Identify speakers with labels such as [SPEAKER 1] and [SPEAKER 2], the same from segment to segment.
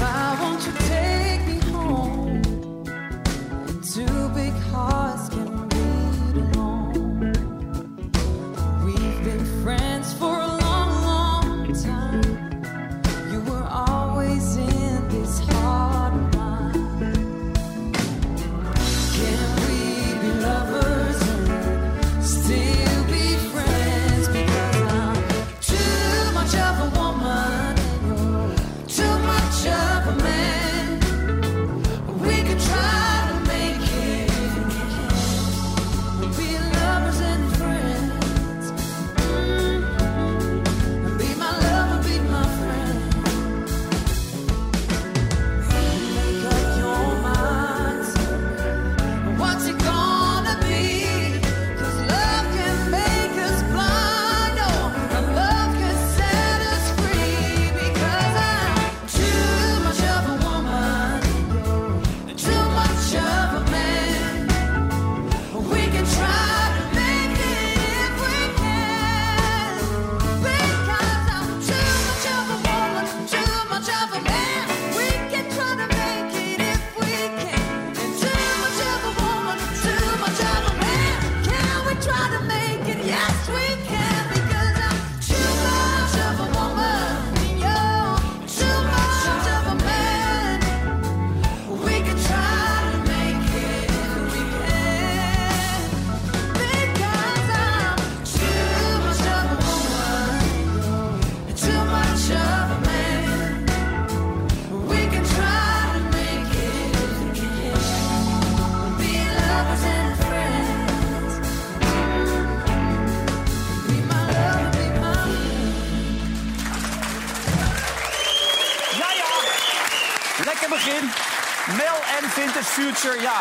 [SPEAKER 1] Why won't you take me home? Two big hearts can get along. We've been friends for a long, long time. You were always in this heart of mine. Can we be lovers and still be friends? Because I'm too much of a woman too much of a man. We could try to make it. Be lovers and friends. Mm. Be my lover, be my friend. Make up your minds. What's it gonna be? 'Cause love can make us blind, oh, and love can set us free. Because I'm too much of a woman, too much of a man. We can try to make it if we can. Because I'm too much of a woman, too much of a man. We can try to make it if we can. And too much of a woman, too much of a man. Can we try to make it? Yes, we can. Because I'm too much of a woman, you're too much of a man. We can try to make it if we can. Because I'm too much of a woman, too much of a man. We can try to make it if we can. Be lovers and friends. Be my lover, be my
[SPEAKER 2] Ja, ja. Lekker begin. Mel en Vintage Future, ja.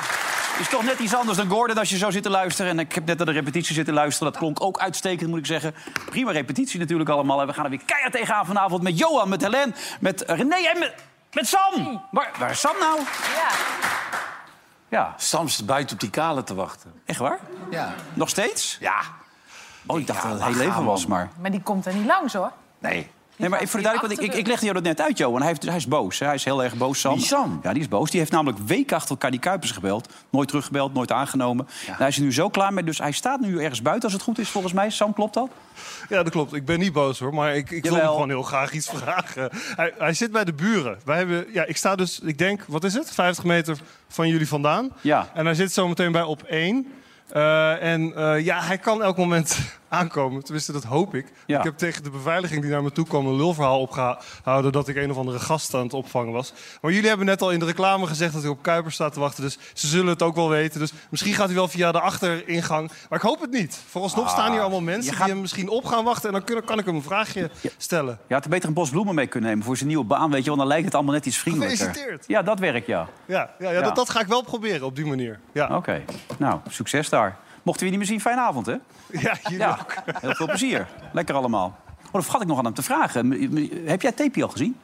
[SPEAKER 2] Is toch net iets anders dan Gordon als je zou zitten luisteren. En ik heb net naar de repetitie zitten luisteren. Dat klonk ook uitstekend, moet ik zeggen. Prima repetitie natuurlijk allemaal. En we gaan er weer keihard tegenaan vanavond met Johan, met Helen, met René en met, met Sam. Waar, waar is Sam nou? Ja,
[SPEAKER 3] Sam zit buiten op die kale te wachten.
[SPEAKER 2] echt waar?
[SPEAKER 3] Ja.
[SPEAKER 2] Nog steeds?
[SPEAKER 3] Ja.
[SPEAKER 2] Oh, ik dacht
[SPEAKER 3] Ja,
[SPEAKER 2] dat het
[SPEAKER 3] waar
[SPEAKER 2] heel
[SPEAKER 3] gaan
[SPEAKER 2] leven
[SPEAKER 3] we,
[SPEAKER 2] was,
[SPEAKER 3] man?
[SPEAKER 2] maar...
[SPEAKER 4] Maar die komt er niet langs hoor.
[SPEAKER 3] Nee.
[SPEAKER 2] Nee, maar voor de duidelijkheid, want ik, ik legde jou dat net uit, Johan. Hij, heeft, hij is boos. hè. Hij is heel erg boos, Sam.
[SPEAKER 3] Wie, Sam?
[SPEAKER 2] Ja, die is boos. Die heeft namelijk weken achter elkaar die Kuipers gebeld. Nooit teruggebeld, nooit aangenomen. En hij is er nu zo klaar mee. Dus hij staat nu ergens buiten, als het goed is, volgens mij. Sam, klopt dat?
[SPEAKER 5] Ja, dat klopt. Ik ben niet boos hoor, maar ik, ik wil hem
[SPEAKER 2] Jawel.
[SPEAKER 5] gewoon heel graag iets vragen. Hij, hij zit bij de buren. Wij hebben, ja, ik sta dus, ik denk, wat is het? 50 meter van jullie vandaan.
[SPEAKER 2] Ja.
[SPEAKER 5] En hij zit zo meteen bij op één. Eh, en eh, ja, hij kan elk moment aankomen. Tenminste, dat hoop ik.
[SPEAKER 2] Ja.
[SPEAKER 5] Ik heb tegen de beveiliging die naar me toe kwam een lulverhaal opgehouden... dat ik een of andere gast aan het opvangen was. Maar jullie hebben net al in de reclame gezegd dat hij op Kuiper staat te wachten. Dus ze zullen het ook wel weten. Dus misschien gaat hij wel via de achteringang. Maar ik hoop het niet. Vooralsnog
[SPEAKER 2] Ah,
[SPEAKER 5] staan hier allemaal
[SPEAKER 2] je
[SPEAKER 5] mensen
[SPEAKER 2] gaat-
[SPEAKER 5] die hem misschien op gaan wachten. En dan kun- kan ik hem een vraagje stellen.
[SPEAKER 2] Je had er beter een bos bloemen mee kunnen nemen voor zijn nieuwe baan, weet je. Want dan lijkt het allemaal net iets vriendelijker.
[SPEAKER 5] Gefeliciteerd.
[SPEAKER 2] Ja, dat werkt, ja.
[SPEAKER 5] Ja, ja, ja,
[SPEAKER 2] Ja.
[SPEAKER 5] Dat, dat ga ik wel proberen op die manier. Ja,
[SPEAKER 2] Oké. Nou, succes daar. Mochten we je niet meer zien, fijne avond, hè?
[SPEAKER 5] ja jullie
[SPEAKER 2] Ja.
[SPEAKER 5] ook.
[SPEAKER 2] Heel veel plezier. Lekker allemaal. Oh, dat vergat ik nog aan hem te vragen. M- m- Heb jij Tepi al gezien?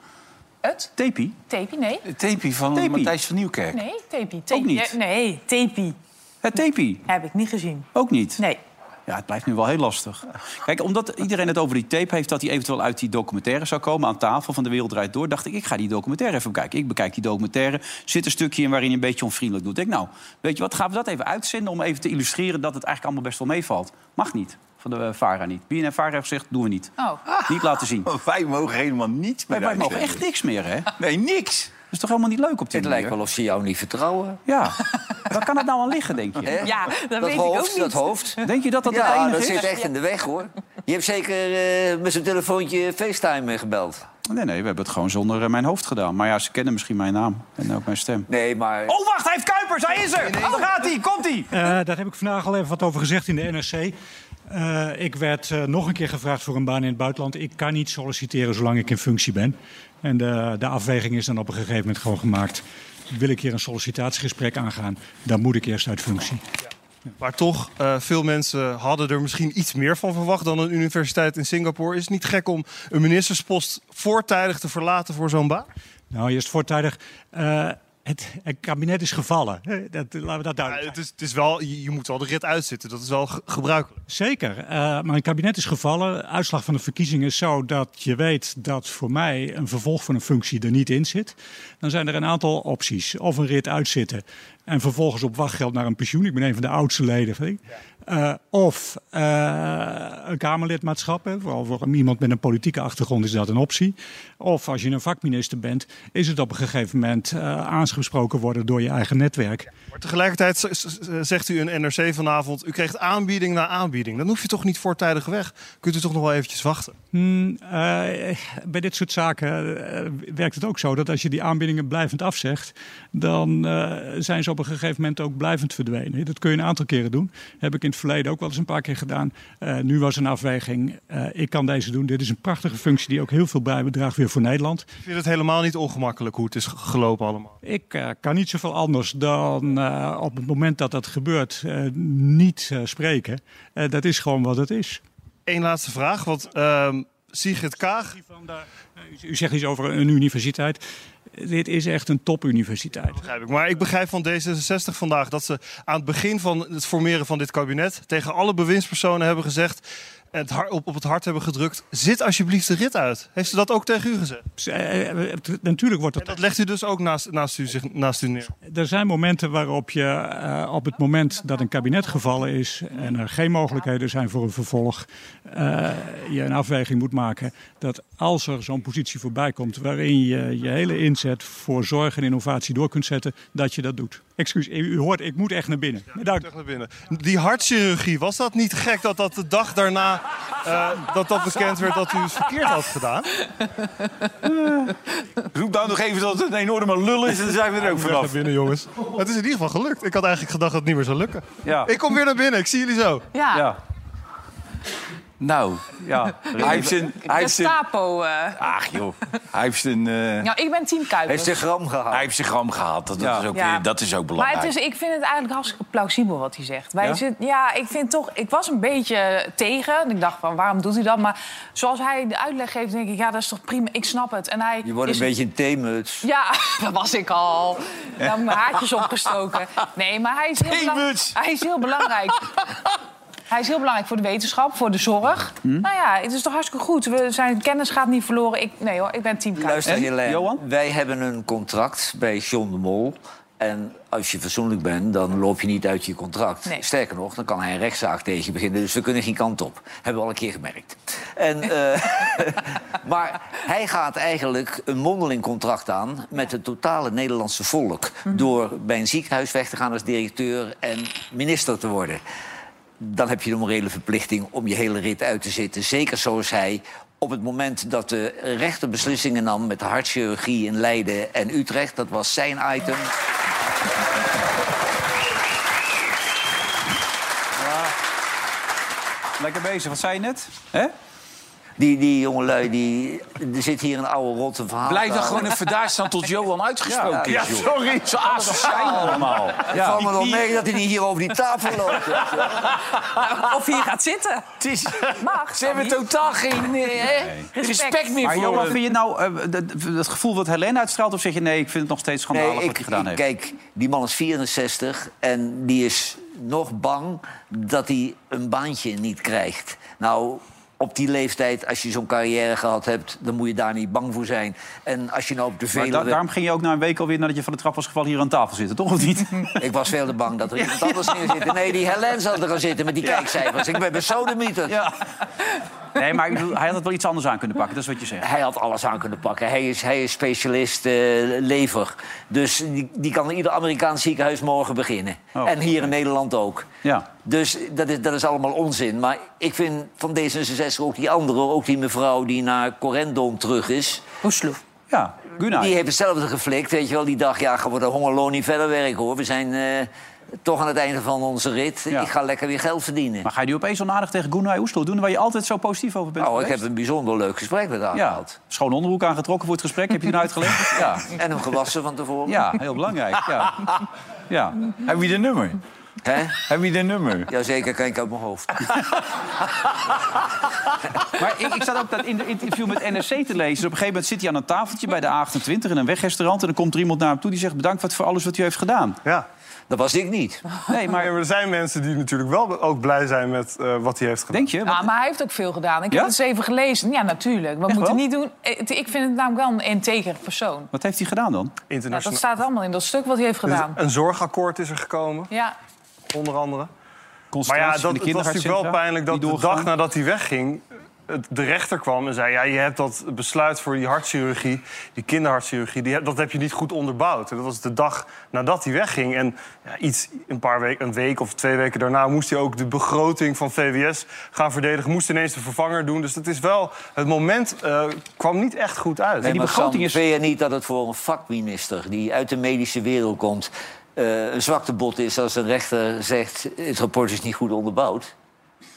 [SPEAKER 4] Het?
[SPEAKER 2] Tepi?
[SPEAKER 4] Tepi, nee.
[SPEAKER 3] Tapie van
[SPEAKER 2] Tapie.
[SPEAKER 3] Matthijs van Nieuwkerk.
[SPEAKER 4] Nee, Tepi.
[SPEAKER 2] Ook niet.
[SPEAKER 4] Ja, Nee, Tepi
[SPEAKER 2] Het Tepi?
[SPEAKER 4] heb ik niet gezien.
[SPEAKER 2] Ook niet?
[SPEAKER 4] Nee.
[SPEAKER 2] Ja, het blijft nu wel heel lastig. Kijk, omdat iedereen het over die tape heeft... dat hij eventueel uit die documentaire zou komen aan tafel van De Wereld Draait Door... dacht ik, ik ga die documentaire even bekijken. Ik bekijk die documentaire, zit een stukje in waarin hij een beetje onvriendelijk doet. Ik denk, nou, weet je wat, gaan we dat even uitzenden... om even te illustreren dat het eigenlijk allemaal best wel meevalt. Mag niet, van de eh, VARA niet. BNN VARA heeft gezegd, doen we niet. Ah.
[SPEAKER 4] Oh.
[SPEAKER 2] Niet laten zien.
[SPEAKER 3] Maar Wij mogen helemaal niets
[SPEAKER 2] Wij,
[SPEAKER 3] meer
[SPEAKER 2] wij mogen echt
[SPEAKER 3] uitzenden.
[SPEAKER 2] niks meer, hè? Dat
[SPEAKER 3] Nee, niks.
[SPEAKER 2] is toch helemaal niet leuk op die
[SPEAKER 6] Het lijkt
[SPEAKER 2] manier?
[SPEAKER 6] wel of ze jou niet vertrouwen.
[SPEAKER 2] Ja, waar kan het nou aan liggen, denk je?
[SPEAKER 6] Hè?
[SPEAKER 4] Ja, dat weet ik
[SPEAKER 6] hoofd,
[SPEAKER 4] ook niet.
[SPEAKER 6] Dat hoofd.
[SPEAKER 2] Denk je dat dat het
[SPEAKER 6] ja,
[SPEAKER 2] enige
[SPEAKER 6] dat
[SPEAKER 2] is?
[SPEAKER 6] zit echt in de weg, hoor. Je hebt zeker eh, met zijn telefoontje FaceTime eh, gebeld.
[SPEAKER 2] Nee, nee, we hebben het gewoon zonder eh, mijn hoofd gedaan. Maar ja, ze kennen misschien mijn naam en ook mijn stem.
[SPEAKER 6] Nee, maar...
[SPEAKER 2] Oh, wacht, hij heeft Kuipers, hij is er! Daar gaat hij, komt hij!
[SPEAKER 7] Eh, daar heb ik vandaag al even wat over gezegd in de NRC. Eh, ik werd eh, nog een keer gevraagd voor een baan in het buitenland. Ik kan niet solliciteren zolang ik in functie ben. En de, de afweging is dan op een gegeven moment gewoon gemaakt. Wil ik hier een sollicitatiegesprek aangaan, dan moet ik eerst uit functie.
[SPEAKER 5] Maar toch, eh, veel mensen hadden er misschien iets meer van verwacht dan een universiteit in Singapore. Is het niet gek om een ministerspost voortijdig te verlaten voor zo'n baan?
[SPEAKER 7] Nou, eerst voortijdig. eh, het, het kabinet is gevallen. Eh, Dat, laten we dat duidelijk
[SPEAKER 5] Ja, het is, het is wel, je je moet wel de rit uitzitten, dat is wel ge- gebruikelijk.
[SPEAKER 7] Zeker. eh, maar een kabinet is gevallen. Uitslag van de verkiezingen is zo dat je weet dat voor mij een vervolg van een functie er niet in zit. Dan zijn er een aantal opties. Of een rit uitzitten en vervolgens op wachtgeld naar een pensioen. Ik ben een van de oudste leden. Van die. Eh, of eh, een Kamerlidmaatschap. Hè. Vooral voor iemand met een politieke achtergrond is dat een optie. Of als je een vakminister bent, is het op een gegeven moment eh aangesproken worden door je eigen netwerk.
[SPEAKER 5] Maar tegelijkertijd z- z- z- zegt u in NRC vanavond, u kreeg aanbieding na aanbieding. Dan hoef je toch niet voortijdig weg? Kunt u toch nog wel eventjes wachten?
[SPEAKER 7] Hmm, eh, bij dit soort zaken eh, werkt het ook zo dat als je die aanbiedingen blijvend afzegt, dan eh, zijn ze op een gegeven moment ook blijvend verdwenen. Dat kun je een aantal keren doen. Heb ik in het verleden ook wel eens een paar keer gedaan. Eh, nu was een afweging, eh, ik kan deze doen. Dit is een prachtige functie die ook heel veel bijbedraagt weer voor Nederland.
[SPEAKER 5] Ik vind het helemaal niet ongemakkelijk hoe het is g- gelopen allemaal.
[SPEAKER 7] Ik eh, kan niet zoveel anders dan eh, op het moment dat dat gebeurt eh, niet eh, spreken. Eh, dat is gewoon wat het is.
[SPEAKER 5] Eén laatste vraag, want ehm Sigrid Kaag...
[SPEAKER 7] eh, U- U zegt iets over een universiteit. Dit is echt een topuniversiteit.
[SPEAKER 5] Begrijp ik. Maar ik begrijp van D66 vandaag dat ze aan het begin van het formeren van dit kabinet tegen alle bewindspersonen hebben gezegd. en Het har- op, op het hart hebben gedrukt. Zit alsjeblieft de rit uit. Heeft ze dat ook tegen u gezegd?
[SPEAKER 7] Ze- eh, eh, t- Natuurlijk wordt
[SPEAKER 5] En
[SPEAKER 7] dat.
[SPEAKER 5] dat legt u dus ook naast, naast, u, zich, naast u neer.
[SPEAKER 7] Er zijn momenten waarop je eh, op het moment dat een kabinet gevallen is en er geen mogelijkheden zijn voor een vervolg, eh, je een afweging moet maken dat als er zo'n positie voorbij komt waarin je je hele inzet voor zorg en innovatie door kunt zetten, dat je dat doet. Excuus, u u hoort, ik moet echt naar binnen. Bedankt.
[SPEAKER 5] Terug naar binnen. Die hartchirurgie, was dat niet gek dat dat de dag daarna eh, dat dat bekend werd dat u het verkeerd had gedaan?
[SPEAKER 3] Roep nou nog even dat het een enorme lul is en dan zijn we er ook
[SPEAKER 5] Terug naar
[SPEAKER 3] vanaf.
[SPEAKER 5] binnen, jongens. Het is in ieder geval gelukt. Ik had eigenlijk gedacht dat het niet meer zou lukken.
[SPEAKER 2] Ja.
[SPEAKER 5] Ik kom weer naar binnen. Ik zie jullie zo.
[SPEAKER 4] Ja,
[SPEAKER 2] Ja,
[SPEAKER 3] Nou,
[SPEAKER 2] ja.
[SPEAKER 3] hij heeft zijn... Hij heeft zijn...
[SPEAKER 4] Gestapo. eh.
[SPEAKER 3] Ach joh, hij heeft zijn... eh,
[SPEAKER 4] Nou, ik ben team
[SPEAKER 6] Heeft
[SPEAKER 4] Kuipers.
[SPEAKER 6] ze gram gehaald.
[SPEAKER 3] Hij heeft zijn gram gehaald. Dat, dat
[SPEAKER 2] Ja.
[SPEAKER 3] is ook,
[SPEAKER 4] Ja.
[SPEAKER 3] weer- dat is ook
[SPEAKER 4] Maar
[SPEAKER 3] belangrijk.
[SPEAKER 4] het is, ik vind het eigenlijk hartstikke plausibel wat hij zegt. Wij ja? ja, ik vind toch, ik was een beetje tegen. Ik dacht van, waarom doet hij dat? Maar zoals hij de uitleg geeft, denk ik, ja, dat is toch prima. Ik snap het. En hij
[SPEAKER 6] Je wordt een
[SPEAKER 4] is-
[SPEAKER 6] beetje een theemuts.
[SPEAKER 4] Ja, dat was ik al. Daar heb ik mijn haartjes opgestoken. Nee, maar hij is heel, belang-
[SPEAKER 3] Theemuts.
[SPEAKER 4] hij is heel belangrijk. Hij is heel belangrijk voor de wetenschap, voor de zorg.
[SPEAKER 3] Hmm?
[SPEAKER 4] Nou ja, het is toch hartstikke goed. We, zijn kennis gaat niet verloren. Ik, nee hoor, ik ben team Kuipers.
[SPEAKER 6] Luister,
[SPEAKER 2] En?
[SPEAKER 6] Helene,
[SPEAKER 2] Johan?
[SPEAKER 6] wij hebben een contract bij John de Mol. En als je fatsoenlijk bent, dan loop je niet uit je contract.
[SPEAKER 4] Nee.
[SPEAKER 6] Sterker nog, dan kan hij een rechtszaak tegen je beginnen. Dus we kunnen geen kant op. Hebben we al een keer gemerkt. En, eh, maar hij gaat eigenlijk een mondeling contract aan... met het totale Nederlandse volk. Door bij een ziekenhuis weg te gaan als directeur en minister te worden. Dan heb je de morele verplichting om je hele rit uit te zitten. Zeker zoals hij op het moment dat de rechter beslissingen nam... met de hartchirurgie in Leiden en Utrecht. Dat was zijn item.
[SPEAKER 2] Lekker bezig. Wat zei je net? Hè?
[SPEAKER 6] Die, die jongelui, die, er zit hier een oude rotte verhaal.
[SPEAKER 3] Blijf
[SPEAKER 8] Eh,
[SPEAKER 3] dan
[SPEAKER 6] aan.
[SPEAKER 3] gewoon even daar staan tot Johan uitgesproken
[SPEAKER 6] Ja,
[SPEAKER 3] is, joh. sorry. Zo asociaal allemaal.
[SPEAKER 6] Het
[SPEAKER 3] Ja.
[SPEAKER 6] valt me wel mee dat hij niet hier over die tafel loopt.
[SPEAKER 4] Of hij gaat zitten.
[SPEAKER 3] Het is,
[SPEAKER 4] Mag.
[SPEAKER 3] ze hebben totaal geen eh, respect, meer
[SPEAKER 2] Maar
[SPEAKER 3] voor
[SPEAKER 2] Johan,
[SPEAKER 3] hem.
[SPEAKER 2] vind je nou eh, dat- het gevoel wat Helene uitstraalt? Of zeg je nee, ik vind het nog steeds schandalig
[SPEAKER 6] Nee,
[SPEAKER 2] wat
[SPEAKER 6] ik,
[SPEAKER 2] hij gedaan
[SPEAKER 6] ik-
[SPEAKER 2] heeft?
[SPEAKER 6] kijk, die man is 64 en die is nog bang dat hij een baantje niet krijgt. Nou, op die leeftijd, als je zo'n carrière gehad hebt... dan moet je daar niet bang voor zijn. En als je nou op de
[SPEAKER 2] Maar da-
[SPEAKER 6] Veluwe...
[SPEAKER 2] daarom ging je ook na een week alweer nadat je van de trap was gevallen hier aan tafel zitten, toch of niet?
[SPEAKER 6] Ik was veel te bang dat er iemand anders neer zit. Nee, die Helen zal er gaan zitten met die kijkcijfers. Ik ben besodemieter.
[SPEAKER 2] ja. Nee, maar ik bedoel, hij had het wel iets anders aan kunnen pakken, dat is wat je zegt.
[SPEAKER 6] Hij had alles aan kunnen pakken. Hij is, hij is specialist eh, lever. Dus die, die kan in ieder Amerikaans ziekenhuis morgen beginnen.
[SPEAKER 2] Oh.
[SPEAKER 6] en hier in Nederland ook.
[SPEAKER 2] Ja.
[SPEAKER 6] Dus dat is, dat is allemaal onzin. Maar ik vind van D66 ook die andere, ook die mevrouw die naar Corendon terug is.
[SPEAKER 4] Hoesloe.
[SPEAKER 2] Ja, Gunnar.
[SPEAKER 6] Die heeft hetzelfde geflikt, weet je wel. Die dacht, ja, we de hongerloon niet verder werken, hoor. We zijn... eh, toch aan het einde van onze rit,
[SPEAKER 2] Ja.
[SPEAKER 6] ik ga lekker weer geld verdienen.
[SPEAKER 2] Maar ga je nu opeens onaardig tegen Gunnar Oestel doen... waar je altijd zo positief over bent
[SPEAKER 6] oh, ik
[SPEAKER 2] geweest?
[SPEAKER 6] heb een bijzonder leuk gesprek met haar
[SPEAKER 2] ja,
[SPEAKER 6] gehad.
[SPEAKER 2] schoon onderhoek aangetrokken voor het gesprek. Heb je die nou uitgelegd? Ja,
[SPEAKER 6] En hem gewassen van tevoren.
[SPEAKER 2] ja heel belangrijk. Ja. Ja.
[SPEAKER 9] Heb je de nummer?
[SPEAKER 6] Hè?
[SPEAKER 9] Heb je de nummer?
[SPEAKER 6] Jazeker, kijk uit mijn hoofd.
[SPEAKER 2] Maar ik, ik zat ook dat in de interview met NRC te lezen. Dus Op een gegeven moment zit hij aan een tafeltje bij de A28 in een wegrestaurant... en dan komt er iemand naar hem toe die zegt... bedankt wat- voor alles wat u heeft gedaan.
[SPEAKER 5] Ja.
[SPEAKER 6] Dat was ik niet.
[SPEAKER 2] Nee,
[SPEAKER 5] Ja,
[SPEAKER 2] maar
[SPEAKER 5] maar er zijn mensen die natuurlijk wel ook blij zijn met eh, wat hij heeft gedaan.
[SPEAKER 2] denk je?
[SPEAKER 4] Ja, maar hij heeft ook veel gedaan. Ik
[SPEAKER 2] Ja?
[SPEAKER 4] heb het eens even gelezen. Ja, natuurlijk. We moeten
[SPEAKER 2] wel?
[SPEAKER 4] niet doen. Ik ik vind het namelijk wel een integer persoon.
[SPEAKER 2] Wat heeft hij gedaan dan?
[SPEAKER 4] Ja, dat
[SPEAKER 5] Internationaal.
[SPEAKER 4] staat allemaal in dat stuk wat hij heeft
[SPEAKER 5] Dus
[SPEAKER 4] gedaan.
[SPEAKER 5] een zorgakkoord is er gekomen,
[SPEAKER 4] Ja,
[SPEAKER 5] onder andere. Maar
[SPEAKER 2] Concentratie
[SPEAKER 5] ja,
[SPEAKER 2] van
[SPEAKER 5] dat,
[SPEAKER 2] de
[SPEAKER 5] het was natuurlijk
[SPEAKER 2] kinderartscentra,
[SPEAKER 5] wel pijnlijk dat
[SPEAKER 2] die
[SPEAKER 5] de
[SPEAKER 2] doorgang.
[SPEAKER 5] dag nadat hij wegging... Het, de rechter kwam en zei, ja, je hebt dat besluit voor die hartchirurgie... die kinderhartchirurgie, die, heb- dat heb je niet goed onderbouwd. En dat was de dag nadat hij wegging. En ja, iets, een, paar weken, een week of twee weken daarna moest hij ook de begroting van VWS gaan verdedigen. Moest ineens de vervanger doen. Dus dat is wel, het moment eh, kwam niet echt goed uit.
[SPEAKER 6] Nee, maar
[SPEAKER 2] begroting
[SPEAKER 6] Sam,
[SPEAKER 2] is-
[SPEAKER 6] Vind je niet dat het voor een vakminister die uit de medische wereld komt... eh, een zwakte bot is als een rechter zegt... het rapport is niet goed onderbouwd?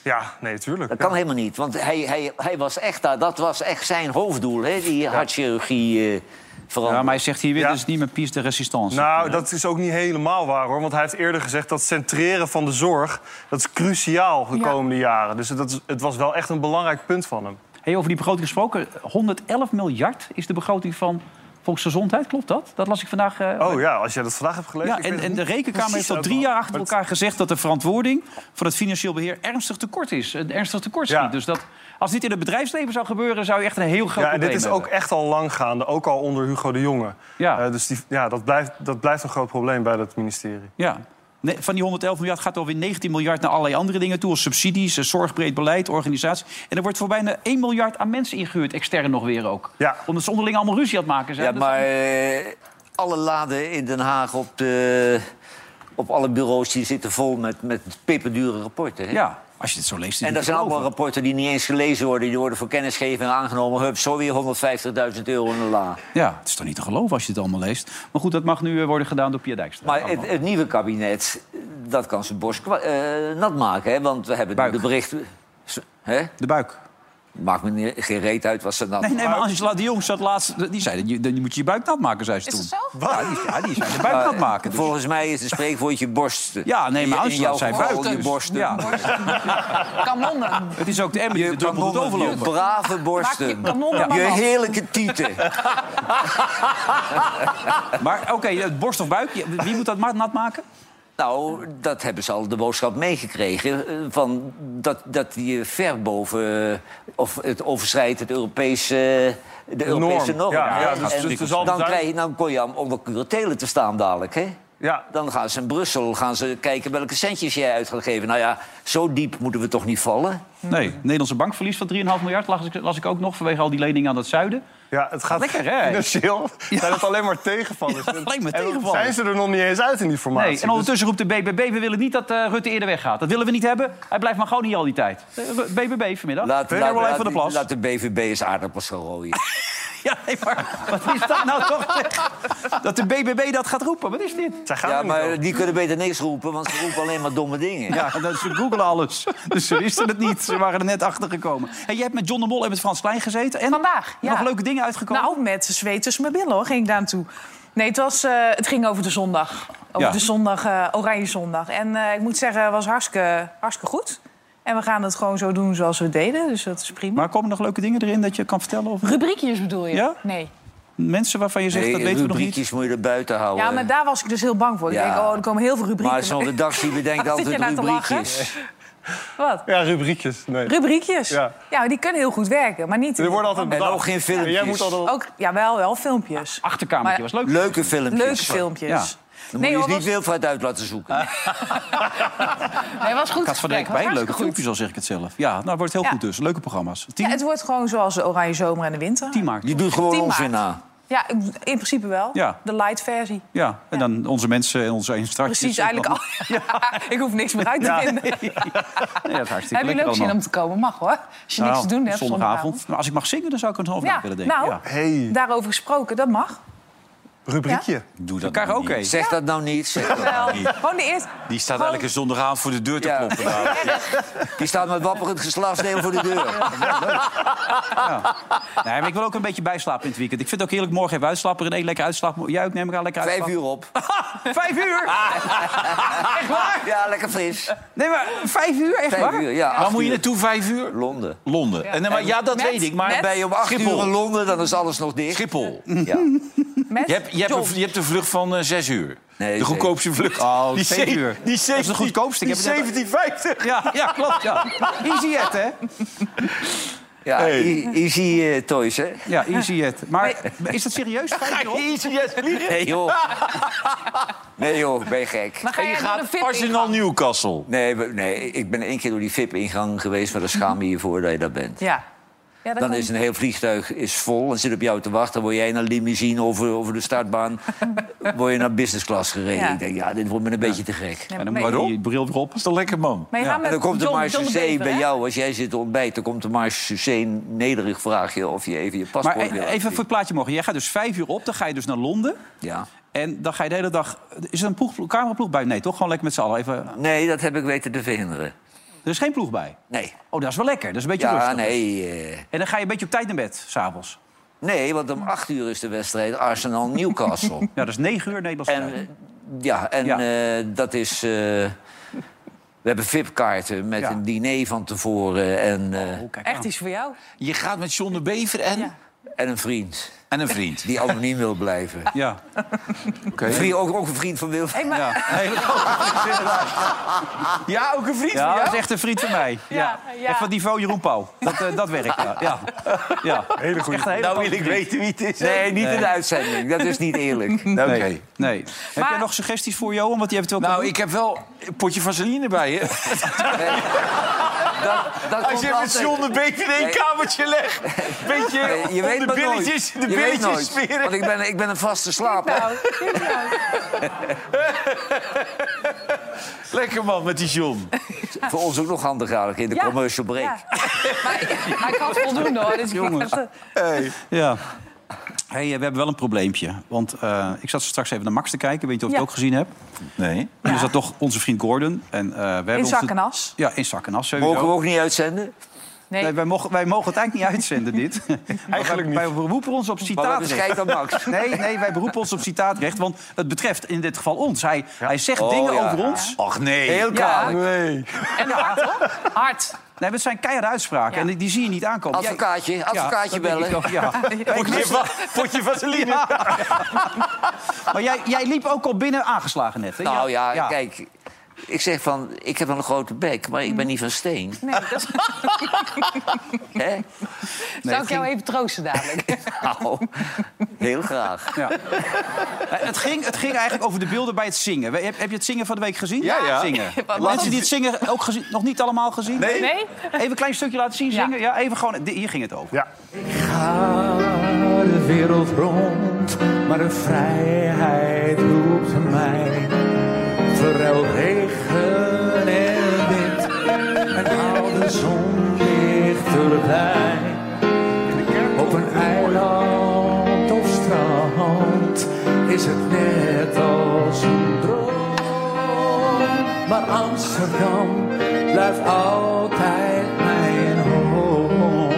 [SPEAKER 5] Ja, nee, tuurlijk.
[SPEAKER 6] Dat
[SPEAKER 5] Ja.
[SPEAKER 6] kan helemaal niet, want hij, hij, hij was echt daar. Dat was echt zijn hoofddoel, hè, die hartchirurgie eh
[SPEAKER 2] Ja,
[SPEAKER 6] veranderen.
[SPEAKER 2] maar hij zegt hier weer,
[SPEAKER 5] Ja.
[SPEAKER 2] dus niet mijn piece de resistance.
[SPEAKER 5] Nou, dat is ook niet helemaal waar hoor. Want hij heeft eerder gezegd dat centreren van de zorg. dat is cruciaal de
[SPEAKER 4] Ja.
[SPEAKER 5] komende jaren. Dus dat is, het was wel echt een belangrijk punt van hem.
[SPEAKER 2] Hey, over die begroting gesproken, 111 miljard is de begroting van Volksgezondheid, klopt dat? Dat las ik vandaag. eh,
[SPEAKER 5] Oh ja, als jij dat vandaag hebt gelezen.
[SPEAKER 2] ja,
[SPEAKER 5] ik weet
[SPEAKER 2] en,
[SPEAKER 5] het
[SPEAKER 2] en de
[SPEAKER 5] niet
[SPEAKER 2] Rekenkamer heeft
[SPEAKER 5] precies
[SPEAKER 2] al drie
[SPEAKER 5] uit
[SPEAKER 2] jaar
[SPEAKER 5] mijn hoofd,
[SPEAKER 2] achter
[SPEAKER 5] maar het-
[SPEAKER 2] elkaar gezegd dat de verantwoording voor het financieel beheer ernstig tekort is. Een ernstig tekort schiet.
[SPEAKER 5] Ja.
[SPEAKER 2] Dus dat, als dit in het bedrijfsleven zou gebeuren, zou je echt een heel groot
[SPEAKER 5] Ja, en
[SPEAKER 2] probleem
[SPEAKER 5] dit is ook
[SPEAKER 2] hebben.
[SPEAKER 5] echt al lang gaande, ook al onder Hugo de Jonge.
[SPEAKER 2] Ja.
[SPEAKER 5] Eh, dus die, ja, dat, blijft, dat blijft een groot probleem bij dat ministerie.
[SPEAKER 2] Ja. Nee, van die 111 miljard gaat alweer 19 miljard naar allerlei andere dingen toe. Als subsidies, eh, zorgbreed beleid, organisatie. En er wordt voor bijna 1 miljard aan mensen ingehuurd, extern nog weer ook.
[SPEAKER 5] Ja.
[SPEAKER 2] Omdat ze onderling allemaal ruzie aan het maken zijn.
[SPEAKER 6] Ja,
[SPEAKER 2] Dat-
[SPEAKER 6] maar eh, alle laden in Den Haag op, de, op alle bureaus... die zitten vol met, met peperdure rapporten. Hè?
[SPEAKER 2] ja, als je het zo leest. is het niet
[SPEAKER 6] En dat
[SPEAKER 2] te
[SPEAKER 6] zijn allemaal
[SPEAKER 2] geloven.
[SPEAKER 6] rapporten die niet eens gelezen worden. Die worden voor kennisgeving aangenomen. Hup, zo weer 150.000 euro in de la.
[SPEAKER 2] Ja, het is toch niet te geloven als je het allemaal leest. Maar goed, dat mag nu eh, worden gedaan door Pia Dijkstra.
[SPEAKER 6] Maar het, het nieuwe kabinet, dat kan zijn borst kwa- eh, nat maken. Hè? Want we hebben
[SPEAKER 2] Buik.
[SPEAKER 6] de berichten... S- Hè?
[SPEAKER 2] De buik.
[SPEAKER 6] Maakt me niet- geen reet uit wat ze nat
[SPEAKER 2] Nee, nee, maar Angela de Jong zat laatst... Die zei, dat je, dan moet je je buik nat maken, zei ze
[SPEAKER 4] is
[SPEAKER 2] toen.
[SPEAKER 4] het zo?
[SPEAKER 2] Ja, die, ja, die zei de buik nat maken. Dus.
[SPEAKER 6] Volgens mij is het spreekwoordje borst.
[SPEAKER 2] Ja, nee, maar
[SPEAKER 6] In
[SPEAKER 2] Angela
[SPEAKER 6] jouw
[SPEAKER 2] zei
[SPEAKER 6] geval
[SPEAKER 2] buik.
[SPEAKER 6] je
[SPEAKER 2] dus.
[SPEAKER 6] borsten.
[SPEAKER 4] Oh,
[SPEAKER 2] Ja,
[SPEAKER 4] kanonnen.
[SPEAKER 2] Dus het is ook de emmer die
[SPEAKER 6] Je,
[SPEAKER 2] de dorp moet
[SPEAKER 6] kanonnen, je
[SPEAKER 2] overlopen.
[SPEAKER 6] brave borsten.
[SPEAKER 4] Maak je kanonnen maar
[SPEAKER 6] je
[SPEAKER 4] nat.
[SPEAKER 6] heerlijke tieten.
[SPEAKER 2] Maar oké, eh, het borst of buik, je- wie moet dat ma- nat maken?
[SPEAKER 6] Nou, dat hebben ze al de boodschap meegekregen. eh, Van dat, dat je ver boven. eh, of het overschrijdt het Europese. eh, de
[SPEAKER 5] norm.
[SPEAKER 6] Europese norm.
[SPEAKER 5] Ja,
[SPEAKER 6] hè.
[SPEAKER 5] ja,
[SPEAKER 6] En
[SPEAKER 5] dus- dus er zal
[SPEAKER 6] dan,
[SPEAKER 5] zijn-
[SPEAKER 6] krijg je, dan kon je om onder curatelen te staan dadelijk. Hè?
[SPEAKER 5] Ja.
[SPEAKER 6] Dan gaan ze in Brussel gaan ze kijken welke centjes jij uit gaat geven. Nou ja, zo diep moeten we toch niet vallen?
[SPEAKER 2] Nee, Nederlandse bankverlies van 3,5 miljard las ik, las ik ook nog... vanwege al die leningen aan het zuiden.
[SPEAKER 5] Ja, het gaat
[SPEAKER 2] Lekker, hè?
[SPEAKER 5] financieel. Zijn het alleen maar tegenvallers.
[SPEAKER 2] Ja, alleen maar
[SPEAKER 5] En dan
[SPEAKER 2] tegenvallers.
[SPEAKER 5] zijn ze er nog niet eens uit in die formatie. Dus
[SPEAKER 2] Nee, en ondertussen roept de BBB... we willen niet dat eh, Rutte eerder weggaat. Dat willen we niet hebben. Hij blijft maar gewoon hier al die tijd. Eh, BBB vanmiddag. Herman Leij van de Plas.
[SPEAKER 6] laat de BVB eens aardappels gaan rooien.
[SPEAKER 2] Ja, nee, maar wat is dat nou toch? zeg? Dat de BBB dat gaat roepen. Wat is dit?
[SPEAKER 5] Zij gaan
[SPEAKER 6] Ja,
[SPEAKER 5] er niet over.
[SPEAKER 6] maar die kunnen beter niks roepen, want ze roepen alleen maar domme dingen.
[SPEAKER 2] Ja, dat, ze googelen alles. Dus ze wisten het niet. Ze waren er net achter gekomen. En jij hebt met John de Mol en met Frans Klein gezeten. En
[SPEAKER 4] Vandaag, ja.
[SPEAKER 2] nog leuke dingen uitgekomen.
[SPEAKER 4] Nou, met zweet tussen mijn billen hoor, ging ik daar naartoe. Nee, het, was, eh, het ging over de zondag. Over
[SPEAKER 2] Ja.
[SPEAKER 4] de zondag, eh, Oranje Zondag. En eh, ik moet zeggen, het was hartstikke, hartstikke goed. En we gaan het gewoon zo doen zoals we het deden, dus dat is prima.
[SPEAKER 2] maar komen nog leuke dingen erin dat je kan vertellen over
[SPEAKER 4] Rubriekjes bedoel je?
[SPEAKER 2] Ja?
[SPEAKER 4] Nee.
[SPEAKER 2] mensen waarvan je zegt
[SPEAKER 6] Nee,
[SPEAKER 2] dat weten we nog niet?
[SPEAKER 6] Eh, rubriekjes moet je er buiten houden.
[SPEAKER 4] Ja, maar daar was ik dus heel bang voor. Ik
[SPEAKER 6] Ja.
[SPEAKER 4] denk, oh, er komen heel veel rubrieken.
[SPEAKER 6] Maar zo'n redactie bedenkt
[SPEAKER 4] Zit je
[SPEAKER 6] altijd
[SPEAKER 4] nou te lachen?
[SPEAKER 6] rubriekjes.
[SPEAKER 4] Wat?
[SPEAKER 5] Ja, rubriekjes. Nee.
[SPEAKER 4] Rubriekjes. Ja.
[SPEAKER 5] Ja.
[SPEAKER 4] die kunnen heel goed werken, maar niet...
[SPEAKER 5] Er worden altijd
[SPEAKER 6] En
[SPEAKER 5] bedacht.
[SPEAKER 6] ook geen
[SPEAKER 5] En jij moet
[SPEAKER 6] filmpjes.
[SPEAKER 5] altijd...
[SPEAKER 4] Ook, ja, wel, wel filmpjes.
[SPEAKER 2] Achterkamertje was leuk.
[SPEAKER 6] Leuke filmpjes.
[SPEAKER 4] Leuke filmpjes.
[SPEAKER 2] Ja.
[SPEAKER 6] Dan
[SPEAKER 4] Nee,
[SPEAKER 6] moet
[SPEAKER 4] hoor,
[SPEAKER 6] je
[SPEAKER 4] was-
[SPEAKER 6] eens niet Wilfred uit laten zoeken.
[SPEAKER 4] Nee, was goed.
[SPEAKER 2] Gaat van de
[SPEAKER 4] gesprek,
[SPEAKER 2] Rijk bij
[SPEAKER 4] was
[SPEAKER 2] leuke
[SPEAKER 4] hartstikke goed.
[SPEAKER 2] filmpjes, al zeg ik het zelf. Ja, nou het wordt heel
[SPEAKER 4] Ja.
[SPEAKER 2] goed dus. Leuke programma's.
[SPEAKER 4] Ja,
[SPEAKER 2] Tien,
[SPEAKER 4] het wordt gewoon zoals de Oranje Zomer en de Winter.
[SPEAKER 2] tien maart.
[SPEAKER 6] Je doet gewoon
[SPEAKER 4] 10
[SPEAKER 6] onzin
[SPEAKER 4] maart.
[SPEAKER 6] na.
[SPEAKER 4] Ja, in principe wel.
[SPEAKER 2] Ja.
[SPEAKER 4] De light versie.
[SPEAKER 2] Ja, en dan onze mensen en onze instructies.
[SPEAKER 4] Precies, eigenlijk al. ik hoef niks meer uit te vinden.
[SPEAKER 2] Nee, dat is hartstikke
[SPEAKER 4] Heb je
[SPEAKER 2] leuk
[SPEAKER 4] leuk zin om te komen? Mag hoor. Als je niks te doen hebt.
[SPEAKER 2] Zondagavond. Nou, als ik mag zingen, dan zou ik een half
[SPEAKER 4] Ja,
[SPEAKER 2] willen denken.
[SPEAKER 4] nou,
[SPEAKER 2] Ja.
[SPEAKER 5] Hey.
[SPEAKER 4] daarover gesproken, dat mag.
[SPEAKER 5] rubriekje.
[SPEAKER 3] Doe dat nou
[SPEAKER 2] Karaoke.
[SPEAKER 3] niet.
[SPEAKER 6] Zeg dat nou niet. Zeg dat nou
[SPEAKER 4] Wel,
[SPEAKER 6] niet.
[SPEAKER 4] Gewoon de eerste.
[SPEAKER 3] Die staat elke zondagavond voor de deur te
[SPEAKER 6] Ja.
[SPEAKER 3] kloppen. daar.
[SPEAKER 6] Die staat met wapperend geslachtsdeel voor de deur.
[SPEAKER 2] Nee, maar ik wil ook een beetje bijslapen in het weekend. Ik vind het ook heerlijk morgen even uitslapen. René, lekker uitslapen. Jij ook, neem ik aan, lekker
[SPEAKER 6] Vijf
[SPEAKER 2] uitslapen.
[SPEAKER 6] uur op.
[SPEAKER 2] Vijf uur? Echt waar?
[SPEAKER 6] Ja, lekker fris.
[SPEAKER 2] Nee, maar vijf uur? Echt
[SPEAKER 6] Vijf
[SPEAKER 2] waar?
[SPEAKER 6] uur, ja.
[SPEAKER 3] Waar
[SPEAKER 6] acht
[SPEAKER 3] moet je
[SPEAKER 6] uur.
[SPEAKER 3] naartoe vijf uur?
[SPEAKER 6] Londen.
[SPEAKER 3] Londen. En, dan- maar, ja, dat
[SPEAKER 4] Met-
[SPEAKER 3] weet ik. Maar
[SPEAKER 4] met-
[SPEAKER 3] bij om acht
[SPEAKER 6] Acht uur in
[SPEAKER 3] uur.
[SPEAKER 6] Londen, dan is alles nog dicht.
[SPEAKER 3] Schiphol.
[SPEAKER 6] Ja.
[SPEAKER 4] Met
[SPEAKER 3] Je hebt, je, hebt
[SPEAKER 4] John.
[SPEAKER 3] een, je hebt een vlucht van eh, zes uur.
[SPEAKER 6] Nee,
[SPEAKER 3] de
[SPEAKER 6] zeven.
[SPEAKER 3] goedkoopste vlucht.
[SPEAKER 2] Oh, zeven
[SPEAKER 3] zeven
[SPEAKER 2] uur.
[SPEAKER 3] Die
[SPEAKER 2] Dat is de goedkoopste. Ik
[SPEAKER 3] Die
[SPEAKER 2] heb het net-
[SPEAKER 3] 1750.
[SPEAKER 2] Ja, ja, klopt. Ja. Easy het, hè?
[SPEAKER 6] Ja, e- easy eh, toys, hè?
[SPEAKER 2] Ja, easy het. Maar is dat serieus? Vijf uur op?
[SPEAKER 3] Easy, yes, vliegen.
[SPEAKER 6] Nee, joh. Nee, joh, ben je gek.
[SPEAKER 4] Maar ga
[SPEAKER 3] En je
[SPEAKER 4] jij door de
[SPEAKER 3] gaat
[SPEAKER 4] VIP
[SPEAKER 3] Arsenal
[SPEAKER 4] ingang?
[SPEAKER 3] Newcastle.
[SPEAKER 6] Nee, we- nee, ik ben één keer door die VIP-ingang geweest, maar daar schaam je je voor dat je dat bent.
[SPEAKER 4] Ja. ja dat
[SPEAKER 6] Dan
[SPEAKER 4] kan.
[SPEAKER 6] is een heel vliegtuig is vol en zit op jou te wachten. Dan word jij naar limousine over, over de startbaan. word je naar business class gereden.
[SPEAKER 4] Ja.
[SPEAKER 6] Ik denk, ja, dit wordt me een beetje te gek.
[SPEAKER 4] Nee,
[SPEAKER 2] En dan
[SPEAKER 4] maar-
[SPEAKER 2] moet je die bril erop.
[SPEAKER 3] Dat is toch lekker, man?
[SPEAKER 4] maar je gaat
[SPEAKER 6] En
[SPEAKER 4] met
[SPEAKER 6] dan komt de
[SPEAKER 4] John- John
[SPEAKER 6] marge
[SPEAKER 4] Bever,
[SPEAKER 6] bij
[SPEAKER 4] hè?
[SPEAKER 6] jou. Als jij zit te ontbijten, dan komt de marge nederig vraagje of je even je
[SPEAKER 2] Maar
[SPEAKER 6] paspoort wil
[SPEAKER 2] e- even voor het plaatje mogen. Jij gaat dus vijf uur op, dan ga je dus naar Londen.
[SPEAKER 6] Ja.
[SPEAKER 2] En dan ga je de hele dag... Is er een ploeg, cameraploeg bij? Nee, toch? Gewoon lekker met z'n allen even...
[SPEAKER 6] Nee, dat heb ik weten te verhinderen.
[SPEAKER 2] Er is geen ploeg bij.
[SPEAKER 6] Nee.
[SPEAKER 2] Oh, dat is wel lekker. Dat is een beetje
[SPEAKER 6] Ja,
[SPEAKER 2] rustig.
[SPEAKER 6] nee. eh,
[SPEAKER 2] En dan ga je een beetje op tijd naar bed, s'avonds.
[SPEAKER 6] nee, want om acht uur is de wedstrijd Arsenal-Newcastle.
[SPEAKER 2] Ja, dat is negen uur Nederlands.
[SPEAKER 6] En eh, ja, en
[SPEAKER 2] Ja.
[SPEAKER 6] eh, dat is. eh, we hebben VIP-kaarten met
[SPEAKER 2] Ja.
[SPEAKER 6] een diner van tevoren en, eh,
[SPEAKER 2] Oh, kijk aan.
[SPEAKER 4] Echt iets voor jou.
[SPEAKER 3] Je gaat met John de Bever en,
[SPEAKER 4] Ja.
[SPEAKER 6] en een vriend
[SPEAKER 3] en een vriend.
[SPEAKER 6] die anoniem wil blijven.
[SPEAKER 2] Ja.
[SPEAKER 6] Een vriend, ook, ook een vriend van Wilfried.
[SPEAKER 2] Ja. Nee,
[SPEAKER 3] Ja, ook een vriend
[SPEAKER 2] ja, dat is echt een vriend van mij. Ja.
[SPEAKER 4] Ja,
[SPEAKER 2] Ja,
[SPEAKER 4] ja.
[SPEAKER 2] Van niveau Jeroen Pauw. Dat, eh, dat werkt, ja. ja. ja.
[SPEAKER 5] Hele goede.
[SPEAKER 2] Echt een hele
[SPEAKER 3] Nou
[SPEAKER 2] goede
[SPEAKER 3] wil ik
[SPEAKER 2] vriend.
[SPEAKER 3] weten wie het is.
[SPEAKER 6] Nee, niet in de uitzending. Dat is niet eerlijk.
[SPEAKER 3] Oké.
[SPEAKER 2] Nee. nee. Heb jij nog suggesties voor Johan? Want die heeft het wel
[SPEAKER 3] Nou, ik heb wel een potje vaseline bij je.
[SPEAKER 6] Dat, dat
[SPEAKER 3] Als
[SPEAKER 6] komt
[SPEAKER 3] je met
[SPEAKER 6] altijd.
[SPEAKER 3] John de Beek in één
[SPEAKER 6] Nee.
[SPEAKER 3] kamertje legt. Beetje
[SPEAKER 6] Eh, Je weet
[SPEAKER 3] om de
[SPEAKER 6] maar
[SPEAKER 3] billetjes,
[SPEAKER 6] nooit.
[SPEAKER 3] de
[SPEAKER 6] Je weet nooit,
[SPEAKER 3] billetjes smeren.
[SPEAKER 6] Want ik ben, ik ben een vaste slaper.
[SPEAKER 4] Nou, dit nou.
[SPEAKER 3] Lekker man, met die John.
[SPEAKER 6] Voor ons ook nog handig eigenlijk in de
[SPEAKER 4] Ja.
[SPEAKER 6] commercial break.
[SPEAKER 4] Ja. Maar, maar ik had voldoende hoor. Dus
[SPEAKER 2] Jongens.
[SPEAKER 4] Ik had, eh,
[SPEAKER 2] Ja. Hey, eh, we hebben wel een probleempje. Want eh, ik zat straks even naar Max te kijken. Weet je of je
[SPEAKER 4] Ja.
[SPEAKER 2] het ook gezien hebt?
[SPEAKER 3] Nee.
[SPEAKER 2] En er zat toch onze vriend Gordon. En, eh, we hebben
[SPEAKER 4] in
[SPEAKER 2] ons-
[SPEAKER 4] zak en as.
[SPEAKER 2] Ja, in zak en as. sowieso.
[SPEAKER 6] Mogen we ook niet uitzenden?
[SPEAKER 4] Nee,
[SPEAKER 2] Nee, wij, mogen, wij mogen het eigenlijk niet uitzenden, dit. Eigenlijk wij, wij beroepen ons op
[SPEAKER 6] Maar we hebben
[SPEAKER 2] citaatrecht.
[SPEAKER 6] scheid aan Max.
[SPEAKER 2] Nee, nee, wij beroepen ons op citaatrecht, want het betreft in dit geval ons. Hij, hij zegt
[SPEAKER 6] Oh,
[SPEAKER 2] dingen
[SPEAKER 6] ja.
[SPEAKER 2] over ons.
[SPEAKER 3] Ach nee.
[SPEAKER 6] Heel kwalijk.
[SPEAKER 5] Nee.
[SPEAKER 4] en hard hoor. Hard.
[SPEAKER 2] Nee, maar het zijn keiharde uitspraken
[SPEAKER 4] Ja.
[SPEAKER 2] en die, die zie je niet aankomen. Jij-
[SPEAKER 6] Advocaatje, advocaatje
[SPEAKER 2] dat denk
[SPEAKER 6] bellen.
[SPEAKER 2] ik ook, ja.
[SPEAKER 3] potje, va- potje vaseline.
[SPEAKER 2] Maar jij, jij liep ook al binnen aangeslagen net. Hè?
[SPEAKER 6] Nou ja, kijk. Ik zeg van, ik heb wel een grote bek, maar ik ben niet van steen.
[SPEAKER 4] Nee, dat is-
[SPEAKER 6] Hè?
[SPEAKER 4] Zou ik jou even troosten dadelijk?
[SPEAKER 6] Nou, heel graag.
[SPEAKER 2] Ja. Eh, Het, ging, het ging eigenlijk over de beelden bij het zingen. We- Heb, heb je het zingen van de week gezien?
[SPEAKER 3] Ja, ja.
[SPEAKER 2] Zingen.
[SPEAKER 4] Wat-
[SPEAKER 2] Mensen die het zingen ook gezien, nog niet allemaal gezien?
[SPEAKER 3] Nee.
[SPEAKER 4] Nee?
[SPEAKER 2] Even een klein stukje laten zien
[SPEAKER 4] Ja.
[SPEAKER 2] zingen. Ja, even gewoon, di- hier ging het over.
[SPEAKER 5] Ja.
[SPEAKER 9] ga de wereld rond, maar de vrijheid roept mij. Verruil regen en wind en hou de zon dichterbij. Op een eiland of strand is het net als een droom. Maar Amsterdam blijft altijd mijn home.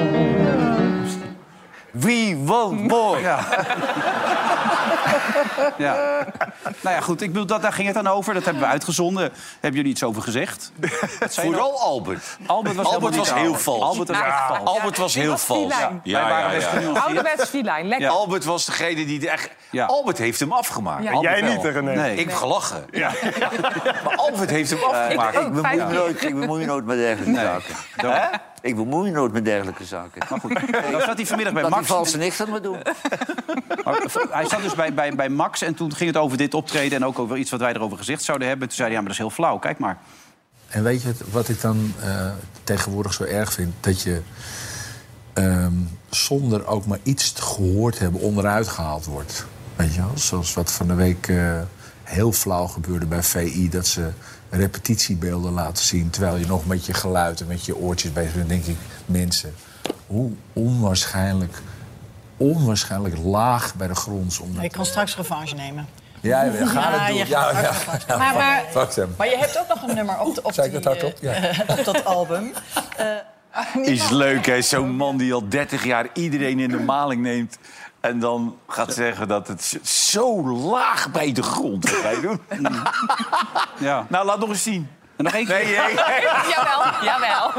[SPEAKER 6] Wie woont mooi?
[SPEAKER 2] Ja. Nou ja, goed. Ik bedoel, dat, daar ging het dan over. Dat hebben we uitgezonden. Hebben jullie iets over gezegd? Wat zei je nou?
[SPEAKER 3] Vooral Albert.
[SPEAKER 2] Albert was,
[SPEAKER 3] Albert
[SPEAKER 2] helemaal
[SPEAKER 3] was
[SPEAKER 2] niet
[SPEAKER 3] heel
[SPEAKER 2] aan.
[SPEAKER 3] vals.
[SPEAKER 2] Albert was
[SPEAKER 4] Ja.
[SPEAKER 2] echt vals.
[SPEAKER 3] Albert was
[SPEAKER 4] die
[SPEAKER 3] heel
[SPEAKER 4] was
[SPEAKER 3] vals.
[SPEAKER 4] die lijn.
[SPEAKER 2] Wij waren
[SPEAKER 3] ja,
[SPEAKER 2] best
[SPEAKER 3] ja.
[SPEAKER 2] genuanceerd.
[SPEAKER 4] Ouderwets filijn, lekker. Oh,
[SPEAKER 2] Ja.
[SPEAKER 3] Albert was degene die de echt...
[SPEAKER 2] Ja.
[SPEAKER 3] Albert heeft hem afgemaakt.
[SPEAKER 4] Ja.
[SPEAKER 2] Albert
[SPEAKER 5] Jij
[SPEAKER 2] wel.
[SPEAKER 5] niet, hè, René?
[SPEAKER 2] Nee.
[SPEAKER 3] Ik heb gelachen. Maar Albert heeft hem
[SPEAKER 4] Ik
[SPEAKER 3] afgemaakt.
[SPEAKER 4] ook, vijf
[SPEAKER 6] Ik
[SPEAKER 4] keer.
[SPEAKER 6] bemoei nooit- Ik bemoei nooit met dergelijke zaken. Ik bemoei nooit met dergelijke zaken.
[SPEAKER 2] Maar goed, dan zat hij vanmiddag bij
[SPEAKER 6] Dat die
[SPEAKER 2] Max.
[SPEAKER 6] valse nicht dat maar doen.
[SPEAKER 2] Maar Hij zat dus bij, bij, bij Max en toen ging het over dit optreden... en ook over iets wat wij erover gezegd zouden hebben. Toen zei hij, ja, maar dat is heel flauw. Kijk maar.
[SPEAKER 9] En weet je wat- wat ik dan eh, tegenwoordig zo erg vind? Dat je ehm, zonder ook maar iets te gehoord te hebben onderuit gehaald wordt. Weet je wel? Zoals wat van de week eh, heel flauw gebeurde bij VI. Dat ze repetitiebeelden laten zien. Terwijl je nog met je geluid en met je oortjes bezig bent. Dan denk ik, mensen, hoe onwaarschijnlijk onwaarschijnlijk laag bij de grond. Om dat-
[SPEAKER 10] Ik kan straks revanche nemen.
[SPEAKER 9] Ja, ja, ga
[SPEAKER 10] Ja,
[SPEAKER 9] dat doen.
[SPEAKER 10] je
[SPEAKER 9] Ja,
[SPEAKER 10] gaat
[SPEAKER 9] ja,
[SPEAKER 10] hard
[SPEAKER 9] ja.
[SPEAKER 10] Maar, maar, eh,
[SPEAKER 9] Fuck hem.
[SPEAKER 10] maar je hebt ook nog een nummer op, de- op,
[SPEAKER 9] Zei ik
[SPEAKER 10] die,
[SPEAKER 9] dat hardop? Ja.
[SPEAKER 10] eh, op dat album. Eh, ah,
[SPEAKER 3] Is leuk, hè? Zo'n man die al 30 jaar iedereen in de maling neemt. En dan gaat zeggen dat het z- zo laag bij de grond is. Wij doen.
[SPEAKER 2] Ja.
[SPEAKER 3] Nou, laat nog eens zien.
[SPEAKER 2] En nog één keer.
[SPEAKER 3] Nee, nee, nee.
[SPEAKER 4] Jawel, jawel.